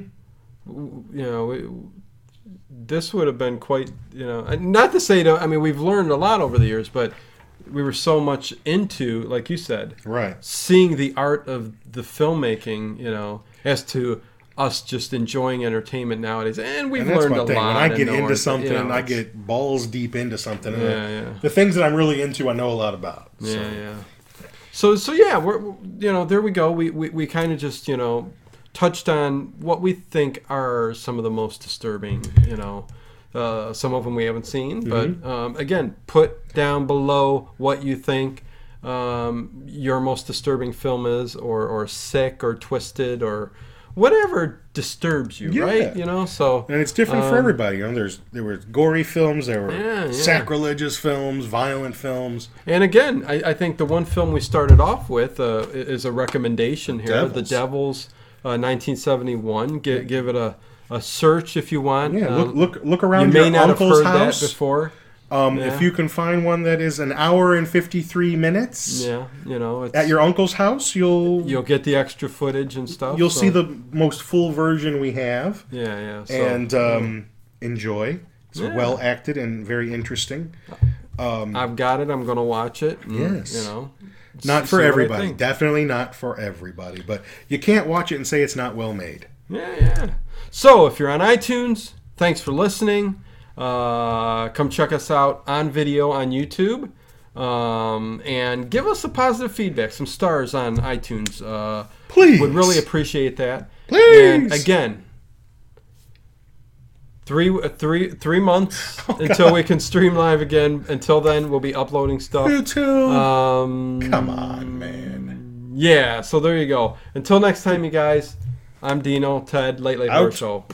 Speaker 1: w-
Speaker 2: Mm.
Speaker 1: you know, it, this would have been quite, you know, and not to say that I mean we've learned a lot over the years, but we were so much into, like you said,
Speaker 2: Right.
Speaker 1: seeing the art of the filmmaking, you know, as to us just enjoying entertainment nowadays. And we've
Speaker 2: And that's
Speaker 1: learned
Speaker 2: my
Speaker 1: a
Speaker 2: thing.
Speaker 1: lot.
Speaker 2: When I
Speaker 1: and
Speaker 2: get
Speaker 1: know
Speaker 2: into
Speaker 1: it, but, you
Speaker 2: something,
Speaker 1: know,
Speaker 2: I
Speaker 1: it's-
Speaker 2: get balls deep into something. and
Speaker 1: Yeah,
Speaker 2: the-
Speaker 1: yeah.
Speaker 2: The things that I'm really into, I know a lot about. So.
Speaker 1: Yeah, yeah. So, so yeah, we're we're- you know there we go. We we, we kind of just you know touched on what we think are some of the most disturbing. You know, uh, some of them we haven't seen, but um, again, put down below what you think um, your most disturbing film is, or or sick, or twisted, or whatever disturbs you,
Speaker 2: Yeah.
Speaker 1: right? You know, so
Speaker 2: And it's different for
Speaker 1: Um,
Speaker 2: everybody. You know, there's there were gory films, there were
Speaker 1: Yeah, yeah.
Speaker 2: sacrilegious films, violent films.
Speaker 1: And again, I, I think the one film we started off with uh, i- is a recommendation here The
Speaker 2: Devils.
Speaker 1: Devils, uh, 1971. Give, give it a, a search if you want.
Speaker 2: Yeah,
Speaker 1: Um,
Speaker 2: look look look
Speaker 1: you
Speaker 2: around
Speaker 1: may
Speaker 2: your
Speaker 1: not have
Speaker 2: uncle's
Speaker 1: heard
Speaker 2: house.
Speaker 1: that before.
Speaker 2: Um,
Speaker 1: Yeah.
Speaker 2: If you can find one that is an hour and fifty three minutes
Speaker 1: Yeah, you know, it's,
Speaker 2: at your uncle's house, you'll
Speaker 1: you'll get the extra footage and stuff.
Speaker 2: you'll
Speaker 1: so-
Speaker 2: see the most full version we have
Speaker 1: yeah, yeah. So,
Speaker 2: and um, enjoy. It's
Speaker 1: Yeah.
Speaker 2: well acted and very interesting. Um,
Speaker 1: I've got it. I'm gonna watch it. and,
Speaker 2: Yes.
Speaker 1: you know, s-
Speaker 2: not for
Speaker 1: see what I
Speaker 2: everybody
Speaker 1: think.
Speaker 2: definitely not for everybody but you can't watch it and say it's not well made
Speaker 1: Yeah, yeah. So if you're on iTunes, thanks for listening. Uh, come check us out on video on YouTube. Um, and give us some positive feedback, some stars on iTunes. Uh,
Speaker 2: please
Speaker 1: Would really appreciate that.
Speaker 2: Please.
Speaker 1: And again, three, uh, three, three months
Speaker 2: Oh,
Speaker 1: until we can stream live again. Until then, we'll be uploading stuff.
Speaker 2: youtube
Speaker 1: Um,
Speaker 2: come on man
Speaker 1: Yeah, so there you go. Until next time, you guys, I'm Dino, Ted, Late Late Horror
Speaker 2: Out.
Speaker 1: Show.